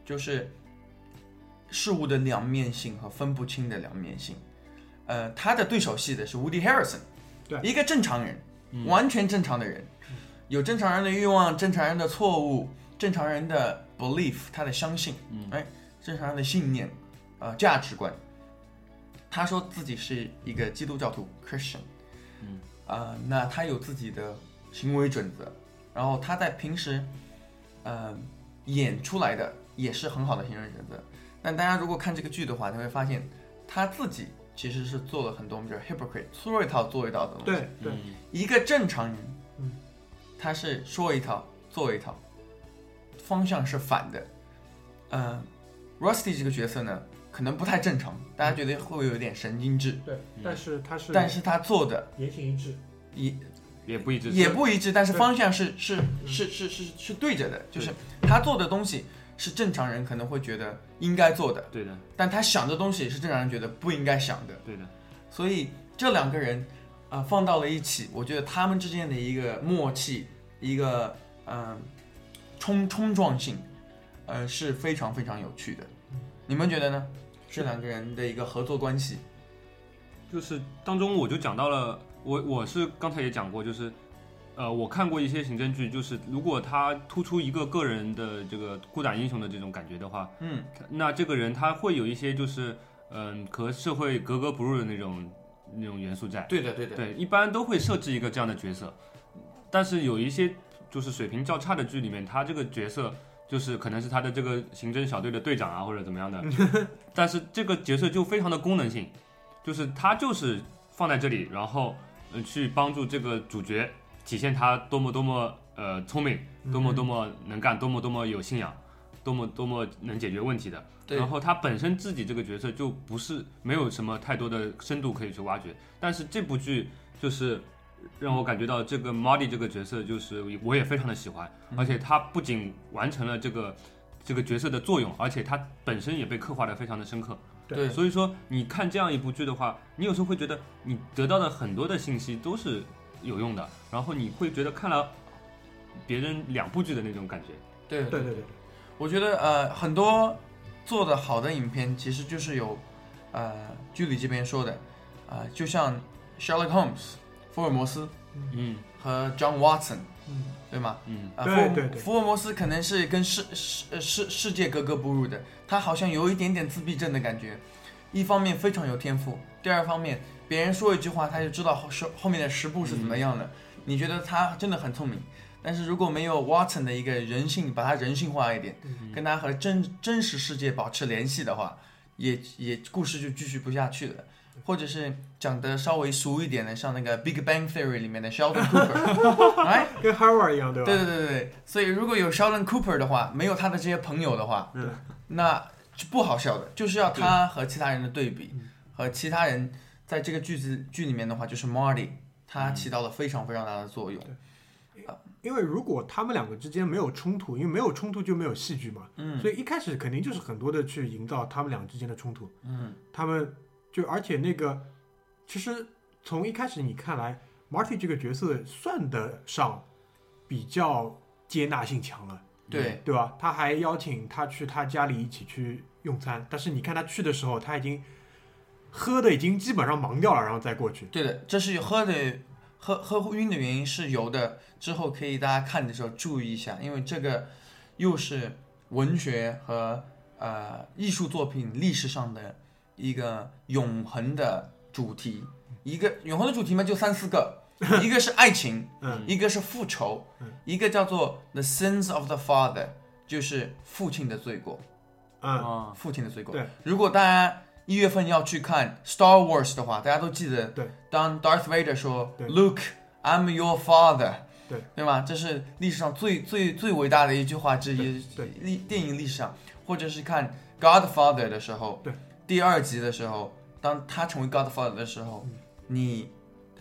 Speaker 4: 就是事物的两面性和分不清的两面性。呃，他的对手戏的是 Woody Harrison，
Speaker 2: 对
Speaker 4: 一个正常人，完全正常的人，有正常人的欲望，正常人的错误，正常人的 belief，他的相信，嗯，哎，正常人的信念，呃，价值观。他说自己是一个基督教徒 Christian，嗯，啊、那他有自己的行为准则，然后他在平时，呃，演出来的也是很好的行为准则。但大家如果看这个剧的话，你会发现他自己其实是做了很多我们叫 hypocrite，说一套做一套的东西。
Speaker 2: 对对，
Speaker 3: 嗯
Speaker 4: 一个正常人，
Speaker 2: 嗯，
Speaker 4: 他是说一套做一套，方向是反的。嗯、r u s t y 这个角色呢，可能不太正常，大家觉得会不会有点神经质？
Speaker 2: 对，但是他是
Speaker 4: 但是他做的
Speaker 2: 言行一致，
Speaker 4: 也
Speaker 3: 也不一致，
Speaker 4: 也不一致，但是
Speaker 2: 对嗯
Speaker 4: 方向是是是是是是对着的，就是他做的东西是正常人可能会觉得应该做的，
Speaker 3: 对的，
Speaker 4: 但他想的东西是正常人觉得不应该想的。
Speaker 3: 对的，
Speaker 4: 所以这两个人啊、呃放到了一起，我觉得他们之间的一个默契，一个嗯、呃冲冲撞性，呃是非常非常有趣的。你们觉得呢？这两个人的一个合作关系，
Speaker 3: 就是当中我就讲到了，我我是刚才也讲过，就是，呃，我看过一些刑侦剧，就是如果他突出一个个人的这个孤胆英雄的这种感觉的话，
Speaker 4: 嗯，
Speaker 3: 他那这个人他会有一些就是，嗯、和社会格格不入的那种那种元素在。
Speaker 4: 对的对的，
Speaker 3: 对，一般都会设置一个这样的角色，但是有一些就是水平较差的剧里面，他这个角色就是可能是他的这个刑侦小队的队长啊，或者怎么 样的，但是这个角色就非常的功能性，就是他就是放在这里，然后嗯去帮助这个主角体现他多么多么呃聪明，多么多么能干，多么多么有信仰，多么多么能解决问题的。
Speaker 4: 对
Speaker 3: 然后他本身自己这个角色就不是没有什么太多的深度可以去挖掘，但是这部剧就是让我感觉到这个 Marty 这个角色就是我也非常的喜欢，而且他不仅完成了这个这个角色的作用，而且他本身也被刻画的非常的深刻。
Speaker 4: 对
Speaker 3: 所以说你看这样一部剧的话，你有时候会觉得你得到的很多的信息都是有用的，然后你会觉得看了别人两部剧的那种感觉。
Speaker 4: 对
Speaker 2: 对对对，
Speaker 4: 我觉得呃，很多做的好的影片其实就是有，呃，剧里这边说的，呃，就像 Sherlock Holmes、福尔摩斯
Speaker 3: 嗯
Speaker 4: 和 John Watson，
Speaker 2: 嗯，
Speaker 4: 对吗？
Speaker 3: 嗯，
Speaker 4: 啊，
Speaker 2: 对
Speaker 4: 福尔
Speaker 2: 对对
Speaker 4: 福尔摩斯可能是跟世世呃世世界格格不入的，他好像有一点点自闭症的感觉。一方面非常有天赋，第二方面别人说一句话他就知道后十后面的十步是怎么样的。你觉得他真的很聪明，但是如果没有 Watson 的一个人性，把他人性化一点，跟他和真真实世界保持联系的话，也也故事就继续不下去了。或者是讲的稍微俗一点的，像那个《Big Bang Theory》里面的 Sheldon Cooper，right？
Speaker 2: 跟 Howard 一样，对吧？
Speaker 4: 对对对对，所以如果有 Sheldon Cooper 的话，没有他的这些朋友的话，
Speaker 2: 嗯
Speaker 4: 那就不好笑的，就是要他和其他人的对比，和其他人在这个剧子剧里面的话，就是 Marty，他起到了非常非常大的作用。
Speaker 2: 因为如果他们两个之间没有冲突，因为没有冲突就没有戏剧嘛，嗯，所以一开始肯定就是很多的去营造他们俩之间的冲突，嗯，他们就而且那个，其实从一开始你看来，Marty 这个角色算得上比较接纳性强了，
Speaker 4: 对，
Speaker 2: 对吧？他还邀请他去他家里一起去用餐，但是你看他去的时候，他已经喝的已经基本上盲掉了，然后再过去。嗯
Speaker 4: 对的，这是喝的喝喝晕的原因是有的，之后可以大家看的时候注意一下，因为这个又是文学和呃艺术作品历史上的一个永恒的主题，一个永恒的主题嘛，就三 四个，一个是爱情，
Speaker 2: 嗯
Speaker 4: 一个是复仇
Speaker 2: 嗯，
Speaker 4: 一个叫做 The Sins of the Father，就是父亲的罪过。
Speaker 2: 嗯，
Speaker 3: 啊，
Speaker 4: 父亲的罪过。
Speaker 2: 对，
Speaker 4: 如果大家一月份要去看 Star Wars 的话，大家都记得，
Speaker 2: 对，
Speaker 4: 当 Darth Vader 说
Speaker 2: 对
Speaker 4: Luke, I'm your father，
Speaker 2: 对，
Speaker 4: 对吗？这是历史上最最最伟大的一句话之一，
Speaker 2: 对对
Speaker 4: 历电影历史上，或者是看 Godfather 的时候，
Speaker 2: 对，
Speaker 4: 第二集的时候，当他成为 Godfather 的时
Speaker 2: 嗯
Speaker 4: 候，你。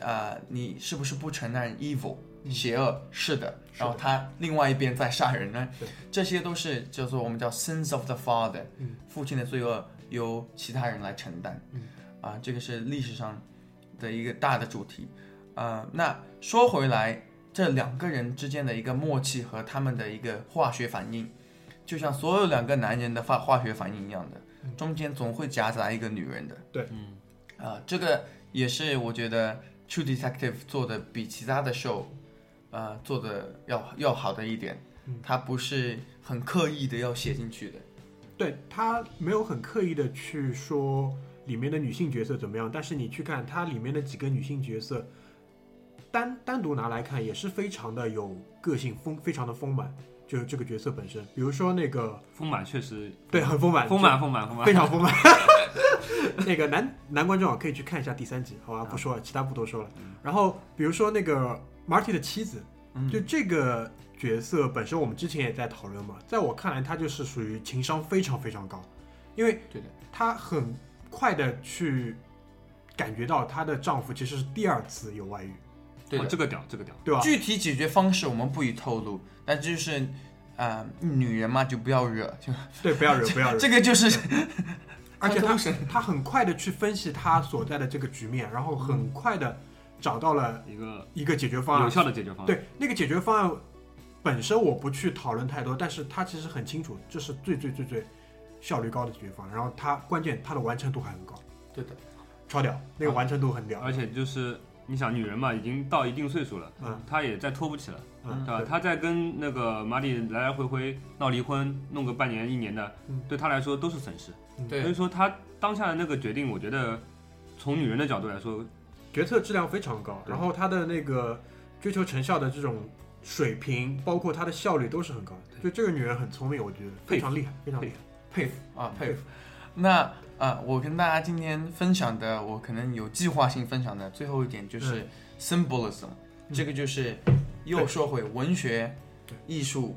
Speaker 4: 啊、你是不是不承认 evil、邪恶？是的，
Speaker 2: 是的
Speaker 4: 然后他另外一边在杀人呢
Speaker 2: 对，
Speaker 4: 这些都是叫做我们叫 sins of the father，、
Speaker 2: 嗯
Speaker 4: 父亲的罪恶由其他人来承担。
Speaker 2: 嗯
Speaker 4: 啊、这个是历史上的一个大的主题。啊、那说回来，这两个人之间的一个默契和他们的一个化学反应，就像所有两个男人的化化学反应一样的，中间总会夹杂一个女人的。
Speaker 3: 嗯，
Speaker 4: 啊、这个也是我觉得 True Detective 做的比其他的 show，呃，做的要要好的一点
Speaker 2: 嗯。
Speaker 4: 它不是很刻意的要写进去的，
Speaker 2: 对他没有很刻意的去说里面的女性角色怎么样，但是你去看它里面的几个女性角色，单单独拿来看也是非常的有个性，丰非常的丰满，就是这个角色本身。比如说那个
Speaker 3: 丰满确实
Speaker 2: 对，很丰满，
Speaker 3: 丰满丰满丰
Speaker 2: 就，
Speaker 3: 满
Speaker 2: 非，常丰 满。那个男男观众啊，可以去看一下第三集，
Speaker 4: 啊
Speaker 2: 好吧，不说了，其他不多说了。然后比如说那个 Marty 的妻子，
Speaker 4: 嗯
Speaker 2: 就这个角色本身，我们之前也在讨论嘛，在我看来，她就是属于情商非常非常高，因为
Speaker 4: 对的，
Speaker 2: 她很快的去感觉到她的丈夫其实是第二次有外遇，
Speaker 4: 对
Speaker 3: 哦
Speaker 4: 的。
Speaker 3: 这个屌这个屌，
Speaker 2: 对吧？
Speaker 4: 具体解决方式我们不予透露，但就是，呃，女人嘛就不要惹，就
Speaker 2: 对，不要惹，不要惹。
Speaker 4: 这个就是
Speaker 2: 而且
Speaker 4: 他
Speaker 2: 他
Speaker 4: 都是
Speaker 2: 他很快的去分析他所在的这个局面，然后
Speaker 4: 嗯
Speaker 2: 很快的找到了
Speaker 3: 一个
Speaker 2: 一个解决方
Speaker 3: 有
Speaker 2: 案。
Speaker 3: 效的解
Speaker 4: 啊
Speaker 3: 决方案。，
Speaker 2: 对那个解决方案本身我不去讨论太多，但是他其实很清楚，这是最最最最效率高的解决方案。然后他关键他的完成度还很高，
Speaker 4: 对的，
Speaker 2: 超屌，那
Speaker 4: 啊
Speaker 2: 个完成度很屌。
Speaker 3: 而且就是你想，女人嘛，已经到一定岁数了，
Speaker 2: 嗯
Speaker 3: 她也再拖不起了，
Speaker 2: 嗯，
Speaker 3: 对吧？她再跟那个马里来来回回闹离婚，弄个半年一年的
Speaker 2: 嗯，
Speaker 3: 对她来说都是损失。所以
Speaker 4: 对
Speaker 3: 说，她当下的那个决定，我觉得从女人的角度来说，
Speaker 2: 决策质量非常高，
Speaker 3: 对
Speaker 2: 然后他的那个追求成效的这种水平，包括他的效率都是很高的。就这个女人很聪明，我觉得非常厉害，非常厉害。
Speaker 4: 佩服啊佩服。那啊、呃我跟大家今天分享的，我可能有计划性分享的最后一点就是 symbolism，、
Speaker 2: 嗯
Speaker 4: 这个就是
Speaker 2: 对
Speaker 4: 又说回文学
Speaker 2: 对、嗯
Speaker 4: 艺术、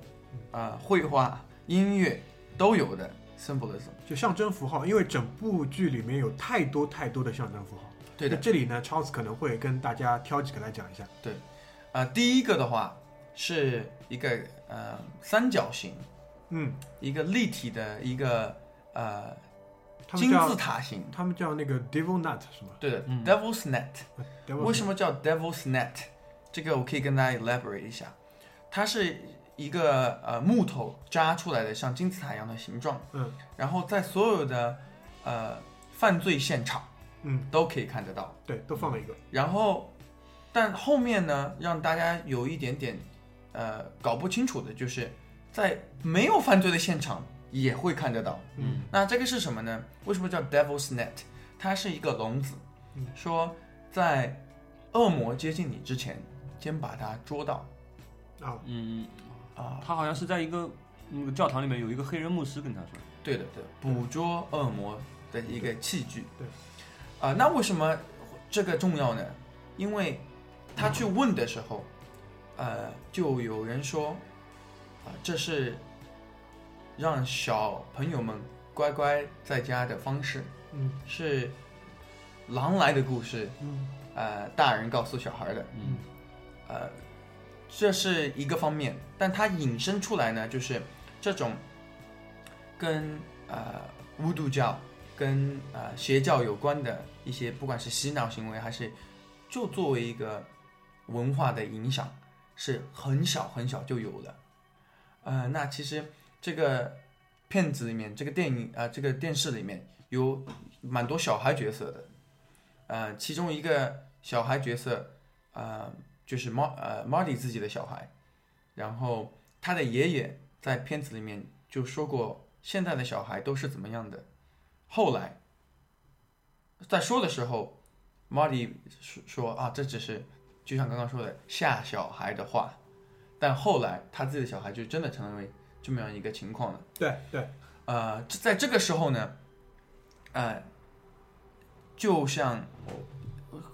Speaker 4: 啊、绘画、音乐都有的 symbolism。
Speaker 2: 就象征符号，因为整部剧里面有太多太多的象征符号。
Speaker 4: 对的
Speaker 2: 那，这里呢，Charles 可能会跟大家挑几个来讲一下。
Speaker 4: 啊、第一个的话是一个呃三角形，
Speaker 2: 嗯，
Speaker 4: 一个立体的一个呃
Speaker 2: 他们
Speaker 4: 金字
Speaker 2: 叫
Speaker 4: 塔形。
Speaker 2: 他们叫那个 Devil Nut 是吗呃
Speaker 4: 对的、
Speaker 3: 嗯
Speaker 4: d e v i l s Net。
Speaker 2: ？Devil
Speaker 4: 为什么叫 Devil's Net？这个我可以跟大家 elaborate 一下，它是一个呃木头扎出来的像金字塔一样的形状，
Speaker 2: 嗯，
Speaker 4: 然后在所有的呃犯罪现场
Speaker 2: 嗯，
Speaker 4: 都可以看得到，
Speaker 2: 对，都放了一个。
Speaker 4: 然后但后面呢，让大家有一点点呃搞不清楚的就是，在没有犯罪的现场也会看得到，
Speaker 2: 嗯
Speaker 4: 那这个是什么呢？为什么叫 Devil's Net？它是一个笼子
Speaker 2: 嗯，
Speaker 4: 说在恶魔接近你之前，先把它捉到
Speaker 2: 啊，
Speaker 3: 嗯，
Speaker 4: 啊、
Speaker 3: 她好像是在一个那个教堂里面有一个黑人牧师跟她说，
Speaker 4: 对的，对的，捕捉恶魔的一个器具。
Speaker 2: 对
Speaker 4: 啊、那为什么这个重要呢？因为他去问的时候，呃，就有人说，啊、这是让小朋友们乖乖在家的方式。
Speaker 2: 嗯
Speaker 4: 是狼来的故事，
Speaker 2: 嗯
Speaker 4: 呃，大人告诉小孩的，
Speaker 3: 嗯，
Speaker 4: 呃，这是一个方面，但它引申出来呢，就是这种跟呃巫毒教跟呃邪教有关的一些，不管是洗脑行为还是就作为一个文化的影响，是很小很小就有的。呃，那其实这个片子里面，这个电影啊、呃，这个电视里面有蛮多小孩角色的。呃，其中一个小孩角色，呃，就是 Mar 呃 Marty 自己的小孩，然后他的爷爷在片子里面就说过，现在的小孩都是怎么样的。后来在说的时候，Marty 说说啊，这只是就像刚刚说的吓小孩的话，但后来他自己的小孩就真的成为这么样一个情况了。
Speaker 2: 对对，
Speaker 4: 呃，这在这个时候呢，呃，就像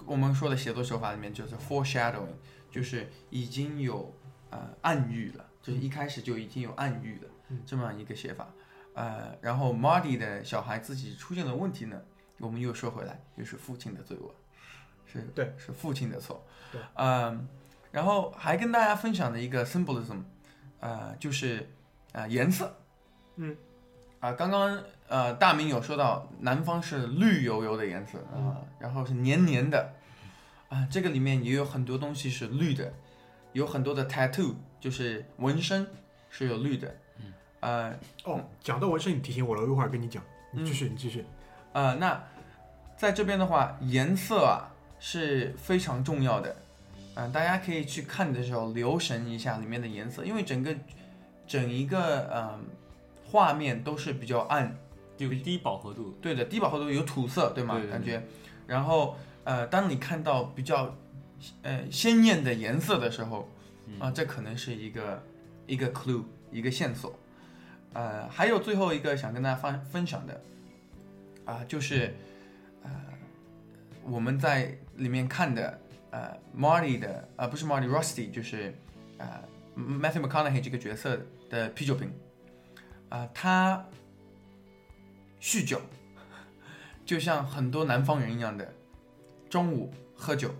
Speaker 4: 我们说的写作手法里面，就是 foreshadowing，就是已经有呃暗喻了，就是一开始就已经有暗喻了、
Speaker 2: 嗯
Speaker 4: 这么样一个写法。呃，然后 Marty 的小孩自己出现了问题呢，我们又说回来，又是父亲的罪恶，是
Speaker 2: 对，
Speaker 4: 是父亲的错。
Speaker 2: 对，
Speaker 4: 嗯，然后还跟大家分享的一个 symbolism，呃，就是呃颜色，
Speaker 2: 嗯，
Speaker 4: 啊、刚刚呃大明有说到南方是绿油油的颜色啊、然后是黏黏的，啊、这个里面也有很多东西是绿的，有很多的 tattoo 就是纹身是有绿的，嗯，呃
Speaker 2: 哦，讲到纹身，你提醒我了，我一会儿跟你讲，你继续，你继续。
Speaker 4: 呃，那在这边的话，颜色啊是非常重要的。嗯、大家可以去看的时候留神一下里面的颜色，因为整个整一个嗯、画面都是比较暗，
Speaker 3: 有低饱和度，
Speaker 4: 对的，低饱和度有土色，对吗？
Speaker 3: 对对对
Speaker 4: 感觉，然后呃，当你看到比较呃鲜艳的颜色的时候，啊、这可能是一个一个 clue，一个线索。呃，还有最后一个想跟大家分分享的，啊、就是呃我们在里面看的呃 Marty 的呃不是 Marty Rusty 就是呃 Matthew McConaughey 这个角色的啤酒瓶，啊、他酗酒，就像很多南方人一样的，中午喝酒，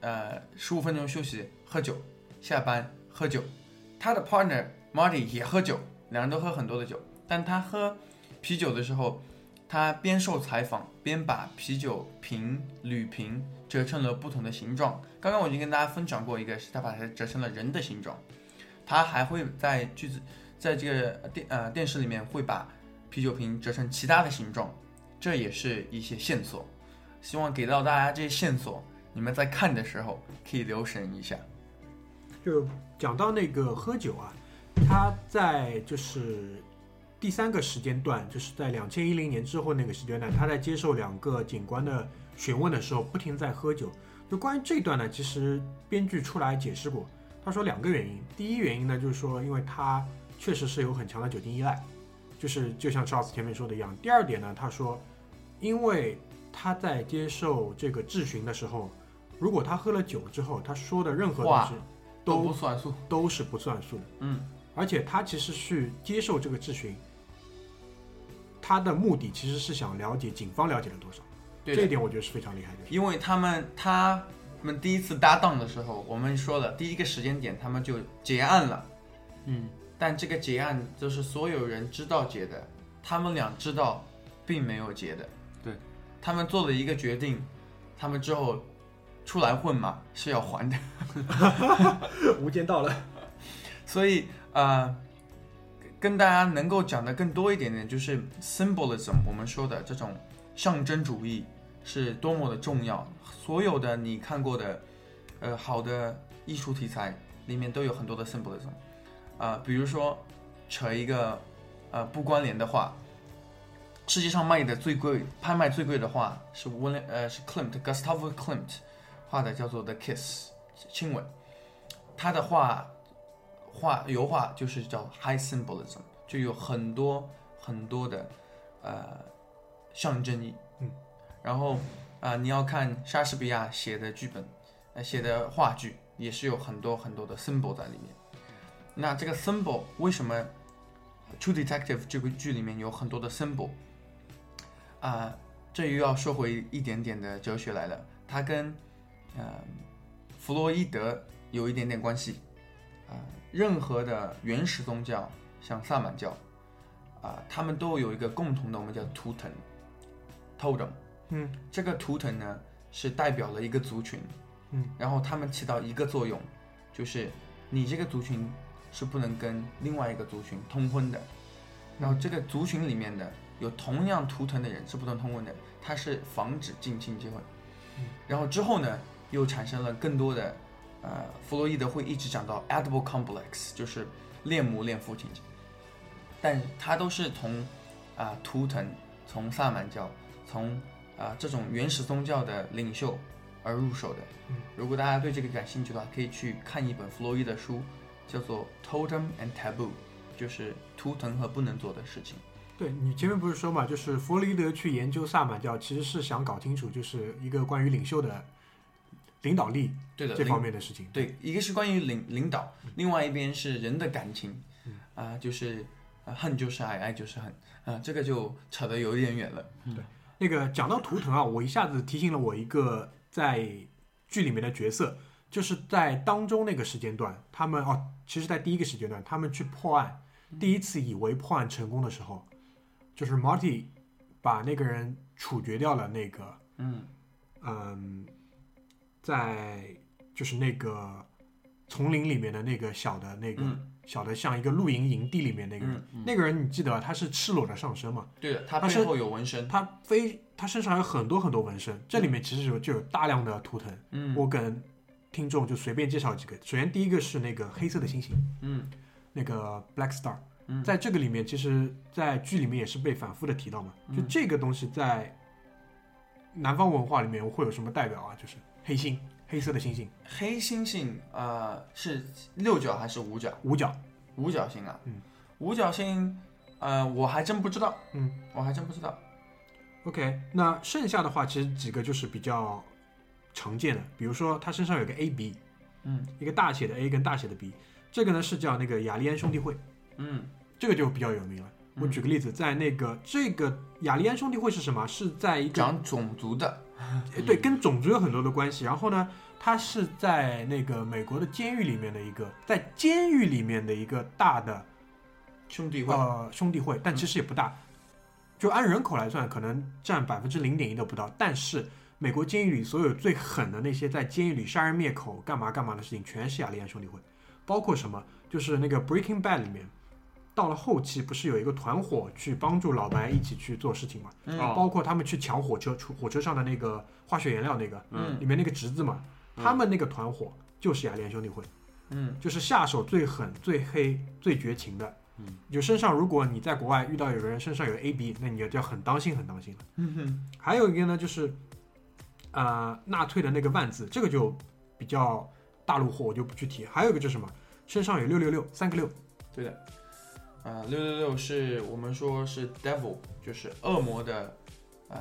Speaker 4: 呃，十五分钟休息喝酒，下班喝酒。他的 partner Marty 也喝酒，两人都喝很多的酒。但他喝啤酒的时候，他边受采访边把啤酒瓶、铝瓶折成了不同的形状。刚刚我已经跟大家分享过一个，是他把它折成了人的形状。他还会在句子，在这个电呃电视里面会把啤酒瓶折成其他的形状，这也是一些线索。希望给到大家这些线索，你们在看的时候可以留神一下。
Speaker 2: 就讲到那个喝酒啊，他在就是第三个时间段，就是在两千一零年之后那个时间段，他在接受两个警官的询问的时候，不停在喝酒。就关于这一段呢，其实编剧出来解释过，他说两个原因。第一原因呢，就是说因为他确实是有很强的酒精依赖，就是就像 Charles 前面说的一样。第二点呢，他说，因为他在接受这个质询的时候，如果他喝了酒之后，他说的任何东
Speaker 4: 话
Speaker 2: 西
Speaker 4: 都
Speaker 2: 都
Speaker 4: 不算数，
Speaker 2: 都是不算数的。
Speaker 4: 嗯，
Speaker 2: 而且他其实是接受这个质询，他的目的其实是想了解警方了解了多少，
Speaker 4: 对
Speaker 2: 这一
Speaker 4: 的，
Speaker 2: 点我觉得是非常厉害的。
Speaker 4: 因为他们他们第一次搭档的时候，我们说了第一个时间点他们就结案了，
Speaker 3: 嗯，
Speaker 4: 但这个结案就是所有人知道结的，他们俩知道并没有结的，
Speaker 3: 对，
Speaker 4: 他们做了一个决定，他们之后出来混嘛是要还的。
Speaker 2: 无间道了，
Speaker 4: 所以呃，跟大家能够讲的更多一点点，就是 symbolism，我们说的这种象征主义是多么的重要。所有的你看过的，呃，好的艺术题材里面都有很多的 symbolism，啊、比如说扯一个呃不关联的话。世界上卖的最贵、拍卖最贵的画是温勒呃是 Klimt Gustavo Klimt 画的，叫做《The Kiss》亲吻。他的画画油画就是叫 high symbolism，就有很多很多的呃象征意。
Speaker 2: 嗯，
Speaker 4: 然后啊、呃你要看莎士比亚写的剧本，呃，写的话剧也是有很多很多的 symbol 在里面。那这个 symbol 为什么《True Detective》这部剧里面有很多的 symbol？啊、这又要说回一点点的哲学来了，它跟呃弗洛伊德有一点点关系。任何的原始宗教，像萨满教，啊、啊、他们都有一个共同的，我们叫图腾 （totem）。
Speaker 2: 嗯，
Speaker 4: 这个图腾呢是代表了一个族群，
Speaker 2: 嗯，
Speaker 4: 然后他们起到一个作用，就是你这个族群是不能跟另外一个族群通婚的，然后这个族群里面的有同样图腾的人是不能通婚的，它是防止近亲结婚。然后之后呢，又产生了更多的，呃，弗洛伊德会一直讲到 Edible Complex，就是恋母恋父情节，但它都是从啊、图腾、从萨满教、从啊、这种原始宗教的领袖而入手的。如果大家对这个感兴趣的话，可以去看一本弗洛伊的书，叫做《Totem and Taboo》，就是图腾和不能做的事情。
Speaker 2: 对你前面不是说嘛，就是弗洛伊德去研究萨满教，其实是想搞清楚，就是一个关于领袖的领导力
Speaker 4: 对的，嗯
Speaker 2: 这方面的事情。
Speaker 4: 对，一个是关于领领导，另外一边是人的感情，啊、就是、啊恨就是爱，爱就是恨，啊、这个就扯得有点远了。
Speaker 2: 那个讲到图腾啊，我一下子提醒了我一个在剧里面的角色，就是在当中那个时间段，他们哦，其实在第一个时间段，他们去破案，第一次以为破案成功的时候，就是 Marty 把那个人处决掉了，那个
Speaker 4: 嗯，
Speaker 2: 嗯，在就是那个丛林里面的那个小的那个、
Speaker 4: 嗯
Speaker 2: 小的像一个露营营地里面那个人，那个人你记得啊他是赤裸着上身嘛？
Speaker 4: 对的，他
Speaker 2: 他
Speaker 4: 背
Speaker 2: 是
Speaker 4: 后有纹身，
Speaker 2: 他非他身上还有很多很多纹身，这里面其实有就有大量的图腾。
Speaker 4: 嗯，
Speaker 2: 我跟听众就随便介绍几个。首先第一个是那个黑色的星星，
Speaker 4: 嗯，
Speaker 2: 那个 Black Star，、
Speaker 4: 嗯
Speaker 2: 在这个里面其实，在剧里面也是被反复的提到嘛。
Speaker 4: 嗯
Speaker 2: 就这个东西在南方文化里面会有什么代表啊？就是黑星，黑色的星星，
Speaker 4: 黑猩猩啊、呃是六角还是五角？
Speaker 2: 五角。
Speaker 4: 五角星啊，
Speaker 2: 嗯，
Speaker 4: 五角星，呃，我还真不知道，
Speaker 2: 嗯，
Speaker 4: 我还真不知道。
Speaker 2: OK，那剩下的话其实几个就是比较常见的，比如说他身上有个 AB，
Speaker 4: 嗯，
Speaker 2: 一个大写的 A 跟大写的 B，这个呢是叫那个雅利安兄弟会，
Speaker 4: 嗯，
Speaker 2: 这个就比较有名了。我举个例子，在那个这个雅利安兄弟会是什么？是在一个
Speaker 4: 讲种族的，
Speaker 2: 呃对跟种族有很多的关系。然后呢，它是在那个美国的监狱里面的一个，在监狱里面的一个大的
Speaker 4: 兄弟会，
Speaker 2: 呃兄弟会，但其实也不大，就按人口来算，可能占百分之零点一都不到。但是美国监狱里所有最狠的那些在监狱里杀人灭口、干嘛干嘛的事情，全是雅利安兄弟会，包括什么，就是那个《Breaking Bad》里面。到了后期，不是有一个团伙去帮助老白一起去做事情嘛？
Speaker 4: 嗯
Speaker 3: 哦
Speaker 2: 包括他们去抢火车，出火车上的那个化学原料，那个
Speaker 4: 嗯
Speaker 2: 里面那个侄子嘛，
Speaker 3: 嗯
Speaker 2: 他们那个团伙就是雅利安兄弟会。
Speaker 4: 嗯
Speaker 2: 就是下手最狠、最黑、最绝情的。
Speaker 3: 嗯，
Speaker 2: 就身上如果你在国外遇到有人身上有 AB，那你就要很当心、很当心了。
Speaker 4: 嗯哼，
Speaker 2: 还有一个呢，就是呃纳粹的那个万字，这个就比较大陆货，我就不去提。还有一个就是什么，身上有六六六三个六，
Speaker 4: 对的。啊、六六六是我们说是 devil，就是恶魔的，呃，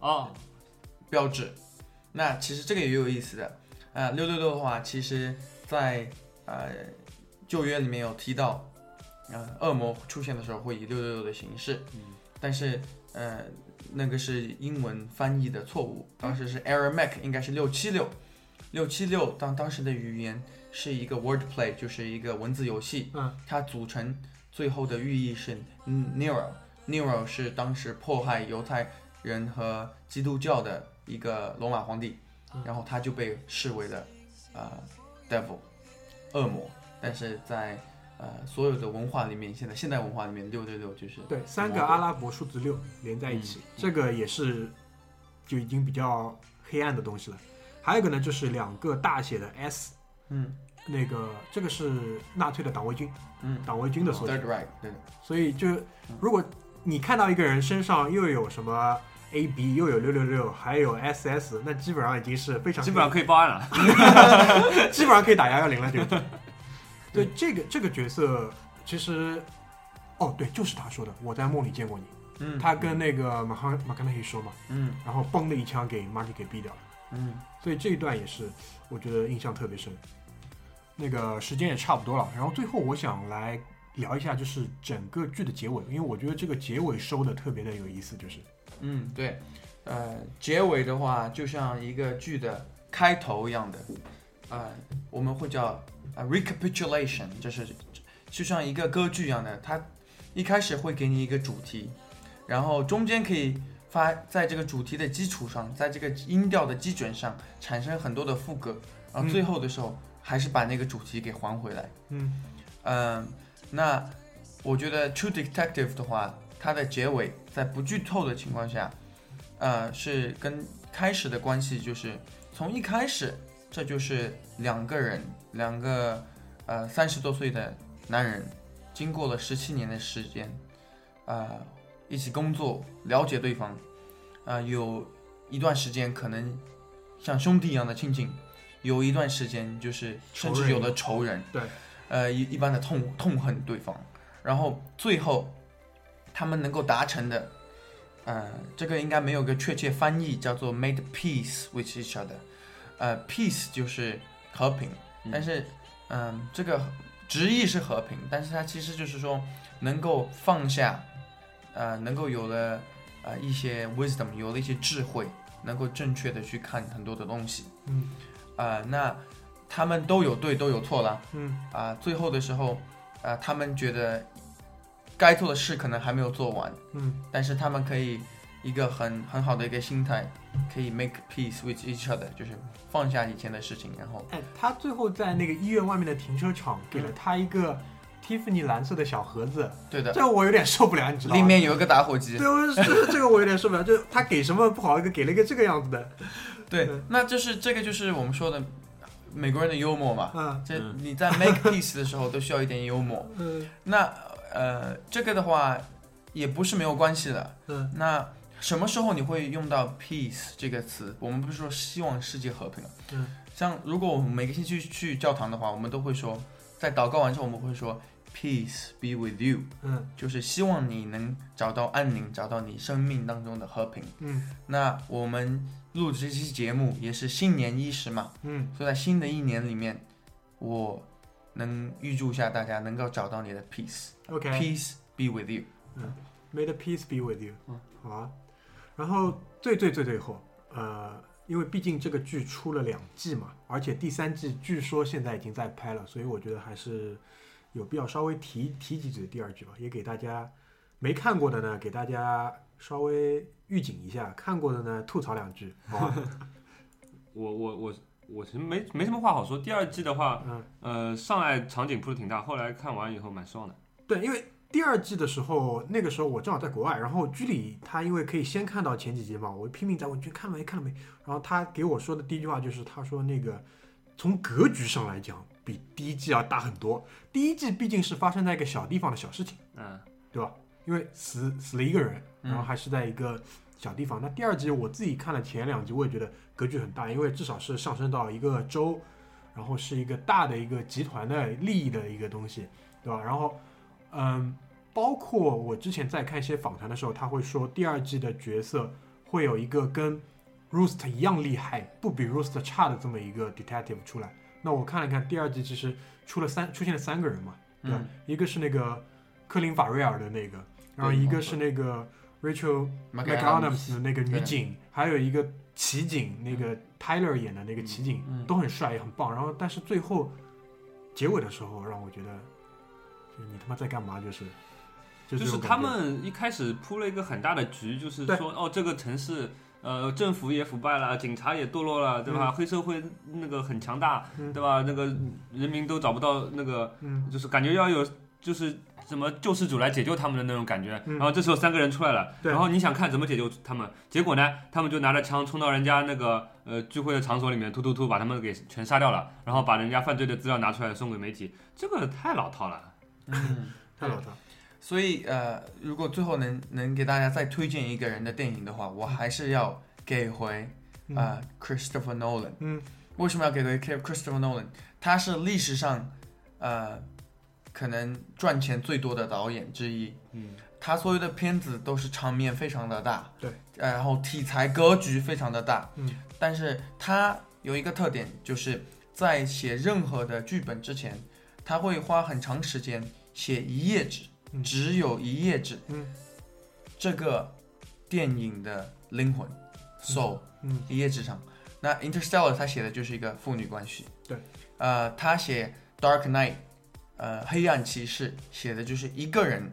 Speaker 3: 哦，
Speaker 4: 标志。那其实这个也有意思的，呃，六六六的话，其实在呃旧约里面有提到，呃，恶魔出现的时候会以六六六的形式，
Speaker 3: 嗯
Speaker 4: 但是呃那个是英文翻译的错误，当时是 Aramaic 应该是六七六，六七六当当时的语言是一个 word play，就是一个文字游戏，
Speaker 2: 嗯，
Speaker 4: 它组成最后的寓意是 Nero。Nero 是当时迫害犹太人和基督教的一个罗马皇帝，然后他就被视为了呃 devil 恶魔，但是在呃所有的文化里面，现在现代文化里面六六六就是
Speaker 2: 对，三个
Speaker 4: 魔
Speaker 2: 阿拉伯数字六连在一起，这个也是就已经比较黑暗的东西了。还有一个呢，就是两个大写的 S，
Speaker 4: 嗯
Speaker 2: 那个这个是纳粹的党卫军，
Speaker 4: 嗯
Speaker 2: 党卫军的缩写。
Speaker 4: third right 对的
Speaker 2: 所以就如果你看到一个人身上又有什么 A B，又有六六六，还有 S S，那基本上已经是非常
Speaker 3: 基本上可以报案了。
Speaker 2: 基本上可以打幺幺零了， 这个。对这个这个角色，其实哦对，就是他说的，我在梦里见过你。
Speaker 4: 嗯
Speaker 2: 他跟那个马康马康内黑说嘛，
Speaker 4: 嗯
Speaker 2: 然后嘣的一枪给马 a 给毙掉了。
Speaker 4: 嗯
Speaker 2: 所以这一段也是我觉得印象特别深。那个时间也差不多了，然后最后我想来聊一下，就是整个剧的结尾，因为我觉得这个结尾收的特别的有意思，就是
Speaker 4: 嗯对，呃结尾的话就像一个剧的开头一样的，呃我们会叫呃 recapitulation，就是就像一个歌剧一样的，它一开始会给你一个主题，然后中间可以发在这个主题的基础上，在这个音调的基准上产生很多的副歌，然后最后的时候还是把那个主题给还回来。
Speaker 2: 嗯
Speaker 4: 嗯，那我觉得《True Detective》的话，它的结尾在不剧透的情况下，呃，是跟开始的关系就是从一开始，这就是两个人，两个呃三十多岁的男人，经过了十七年的时间，呃，一起工作，了解对方，啊、有一段时间可能像兄弟一样的亲近，有一段时间就是甚
Speaker 2: 仇
Speaker 4: 至
Speaker 2: 人
Speaker 4: 有的仇人，
Speaker 2: 对，
Speaker 4: 呃一一般的痛痛恨对方，然后最后他们能够达成的，呃，这个应该没有个确切翻译，叫做 made peace with each other，呃，peace 就是和平，
Speaker 3: 嗯
Speaker 4: 但是嗯、这个直译是和平，但是它其实就是说能够放下，呃，能够有了呃一些 wisdom，有了一些智慧，能够正确的去看很多的东西，
Speaker 2: 嗯
Speaker 4: 啊，那他们都有对，都有错啦。
Speaker 2: 嗯
Speaker 4: 啊、最后的时候，啊、他们觉得该做的事可能还没有做完，
Speaker 2: 嗯
Speaker 4: 但是他们可以一个很很好的一个心态，可以 make peace with each other，就是放下以前的事情，然后
Speaker 2: 哎，他最后在那个医院外面的停车场给了他一个 Tiffany 蓝色的小盒子，
Speaker 4: 对的，
Speaker 2: 这我有点受不了，你知道吗？
Speaker 4: 里面有一个打火机，
Speaker 2: 对，我就这这个我有点受不了，就是他给什么不好，给了一个这个样子的，
Speaker 4: 对
Speaker 2: 嗯，
Speaker 4: 那就是这个就是我们说的美国人的幽默嘛，
Speaker 2: 嗯
Speaker 4: 这
Speaker 3: 嗯
Speaker 4: 你在 make peace 的时候都需要一点幽默，
Speaker 2: 嗯
Speaker 4: 那呃，这个的话也不是没有关系的，
Speaker 2: 嗯
Speaker 4: 那什么时候你会用到 peace 这个词？我们不是说希望世界和平吗？
Speaker 2: 嗯，
Speaker 4: 像如果我们每个星期去教堂的话，我们都会说，在祷告完之后，我们会说 peace be with you，
Speaker 2: 嗯
Speaker 4: 就是希望你能找到安宁，找到你生命当中的和平。
Speaker 2: 嗯
Speaker 4: 那我们录这期节目也是新年伊始嘛，
Speaker 2: 嗯，
Speaker 4: 所以在新的一年里面，我能预祝一下大家能够找到你的 peace，peace、
Speaker 2: OK，May
Speaker 4: be with you。
Speaker 2: the peace be with you，
Speaker 3: 嗯
Speaker 2: 好啊。然后最最最最后，呃，因为毕竟这个剧出了两季嘛，而且第三季据说现在已经在拍了，所以我觉得还是有必要稍微提提几嘴第二季吧，也给大家没看过的呢，给大家稍微预警一下；看过的呢，吐槽两句，好吧？
Speaker 3: 我我我我其实没没什么话好说。第二季的话，
Speaker 2: 嗯，
Speaker 3: 呃，上来场景铺的挺大，后来看完以后蛮失望的。
Speaker 2: 对，因为第二季的时候，那个时候我正好在国外，然后居里他因为可以先看到前几集嘛，我拼命在问，你看了没看了没？然后他给我说的第一句话就是，他说那个从格局上来讲，比第一季要大很多。第一季毕竟是发生在一个小地方的小事情，
Speaker 3: 嗯，
Speaker 2: 因为死死了一个人，
Speaker 4: 嗯
Speaker 2: 然后还是在一个小地方。那第二集我自己看了前两集，我也觉得格局很大，因为至少是上升到一个州，然后是一个大的一个集团的利益的一个东西，对吧？然后，嗯，包括我之前在看一些访谈的时候，他会说第二季的角色会有一个跟 Roost 一样厉害，不比 Roost 差的这么一个 detective 出来。那我看了看第二季，其实出了三出现了三个人嘛，对吧？
Speaker 4: 嗯
Speaker 2: 一个是那个科林法瑞尔的那个，然后
Speaker 4: 对
Speaker 2: 一个
Speaker 4: 没错
Speaker 2: 是那个 Rachel
Speaker 4: 嗯 McAdams
Speaker 2: McAdams 的那个女警，还有一个骑警，那个 Tyler 演的那个骑警、
Speaker 4: 嗯
Speaker 2: 都很帅，也很棒。然后但是最后结尾的时候，让我觉得就是你他妈在干嘛？就是就
Speaker 3: 就
Speaker 2: 这
Speaker 3: 是
Speaker 2: 种感
Speaker 3: 他
Speaker 2: 觉
Speaker 3: 们一开始铺了一个很大的局，就是
Speaker 2: 对
Speaker 3: 说哦，这个城市呃，政府也腐败了，警察也堕落了，对吧？黑社会那个很强大，
Speaker 2: 嗯
Speaker 3: 对吧？那个人民都找不到那个，
Speaker 2: 嗯
Speaker 3: 就是感觉要有就是什么救世主来解救他们的那种感觉。
Speaker 2: 嗯
Speaker 3: 然后这时候三个人出来了，
Speaker 2: 对
Speaker 3: 然后你想看怎么解救他们，结果呢，他们就拿着枪冲到人家那个呃聚会的场所里面，突突突把他们给全杀掉了，然后把人家犯罪的资料拿出来送给媒体，这个太老套了。
Speaker 4: 嗯
Speaker 2: 太老套了。
Speaker 4: 所以呃，如果最后能能给大家再推荐一个人的电影的话，我还是要给回
Speaker 2: 嗯
Speaker 4: 啊、呃 Christopher Nolan。
Speaker 2: 嗯，
Speaker 4: 为什么要给回 Chris- Christopher Nolan？他是历史上呃可能赚钱最多的导演之一。
Speaker 3: 嗯，
Speaker 4: 他所有的片子都是场面非常的大，
Speaker 2: 对
Speaker 4: 呃，然后题材格局非常的大，
Speaker 2: 嗯，
Speaker 4: 但是他有一个特点，就是在写任何的剧本之前，他会花很长时间写一页纸，
Speaker 2: 嗯
Speaker 4: 只有一页纸，
Speaker 2: 嗯，
Speaker 4: 这个电影的灵魂，soul，、
Speaker 2: 嗯
Speaker 4: 一页纸上。那 Interstellar 他写的就是一个父女关系，
Speaker 2: 对，
Speaker 4: 呃，他写 Dark Knight，呃，黑暗骑士写的就是一个人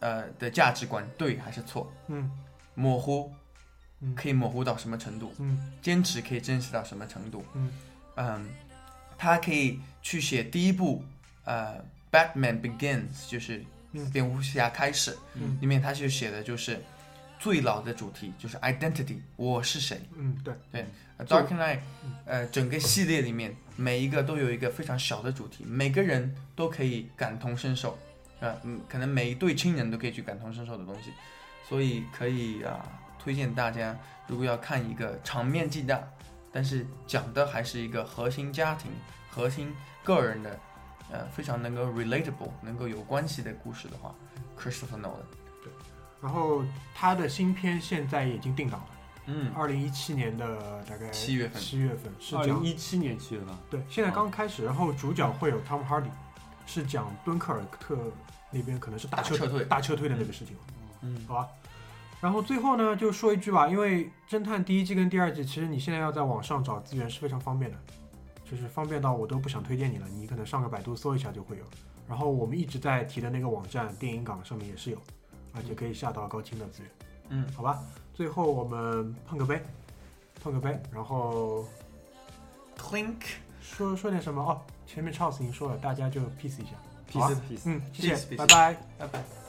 Speaker 4: 呃的价值观对还是错，
Speaker 2: 嗯，
Speaker 4: 模糊
Speaker 2: 嗯
Speaker 4: 可以模糊到什么程度，
Speaker 2: 嗯
Speaker 4: 坚持可以坚持到什么程度，
Speaker 2: 嗯
Speaker 4: 嗯，他可以去写第一部呃《Batman Begins》，就是
Speaker 2: 嗯
Speaker 4: 蝙蝠侠开始，
Speaker 2: 嗯
Speaker 4: 里面他就写的就是最老的主题就是 identity，我是谁。
Speaker 2: 嗯，对，
Speaker 4: 《Dark 啊 Knight》呃，整个系列里面每一个都有一个非常小的主题，每个人都可以感同身受，呃，嗯，可能每一对亲人都可以去感同身受的东西，所以可以啊、推荐大家如果要看一个场面既大，但是讲的还是一个核心家庭、核心个人的，呃，非常能够 relatable、能够有关系的故事的话，Christopher Nolan，
Speaker 2: 然后他的新片现在已经定档了，
Speaker 4: 嗯，
Speaker 2: 二零一七年的大概
Speaker 4: 七月份
Speaker 2: 七月份是
Speaker 3: 二
Speaker 2: 讲
Speaker 3: 零一七年七月份，
Speaker 2: 对，现
Speaker 4: 啊
Speaker 2: 在刚开始，然后主角会有汤姆哈迪，是讲敦刻尔克那边可能是大
Speaker 4: 大
Speaker 2: 撤
Speaker 4: 撤退，
Speaker 2: 大撤退的那个事情，
Speaker 4: 嗯
Speaker 2: 好吧。然后最后呢，就说一句吧，因为侦探第一季跟第二季，其实你现在要在网上找资源是非常方便的，就是方便到我都不想推荐你了，你可能上个百度搜一下就会有。然后我们一直在提的那个网站电影港上面也是有，而且可以下到高清的资源。
Speaker 4: 嗯，
Speaker 2: 好吧，最后我们碰个杯，碰个杯，然后
Speaker 4: ，Clink。
Speaker 2: 说说点什么哦。前面 Charles 已经说了，大家就 peace 一下。好啊
Speaker 3: peace peace。
Speaker 2: 嗯，谢
Speaker 4: Peace，
Speaker 2: 谢，
Speaker 4: peace
Speaker 2: 拜拜。
Speaker 4: 拜拜。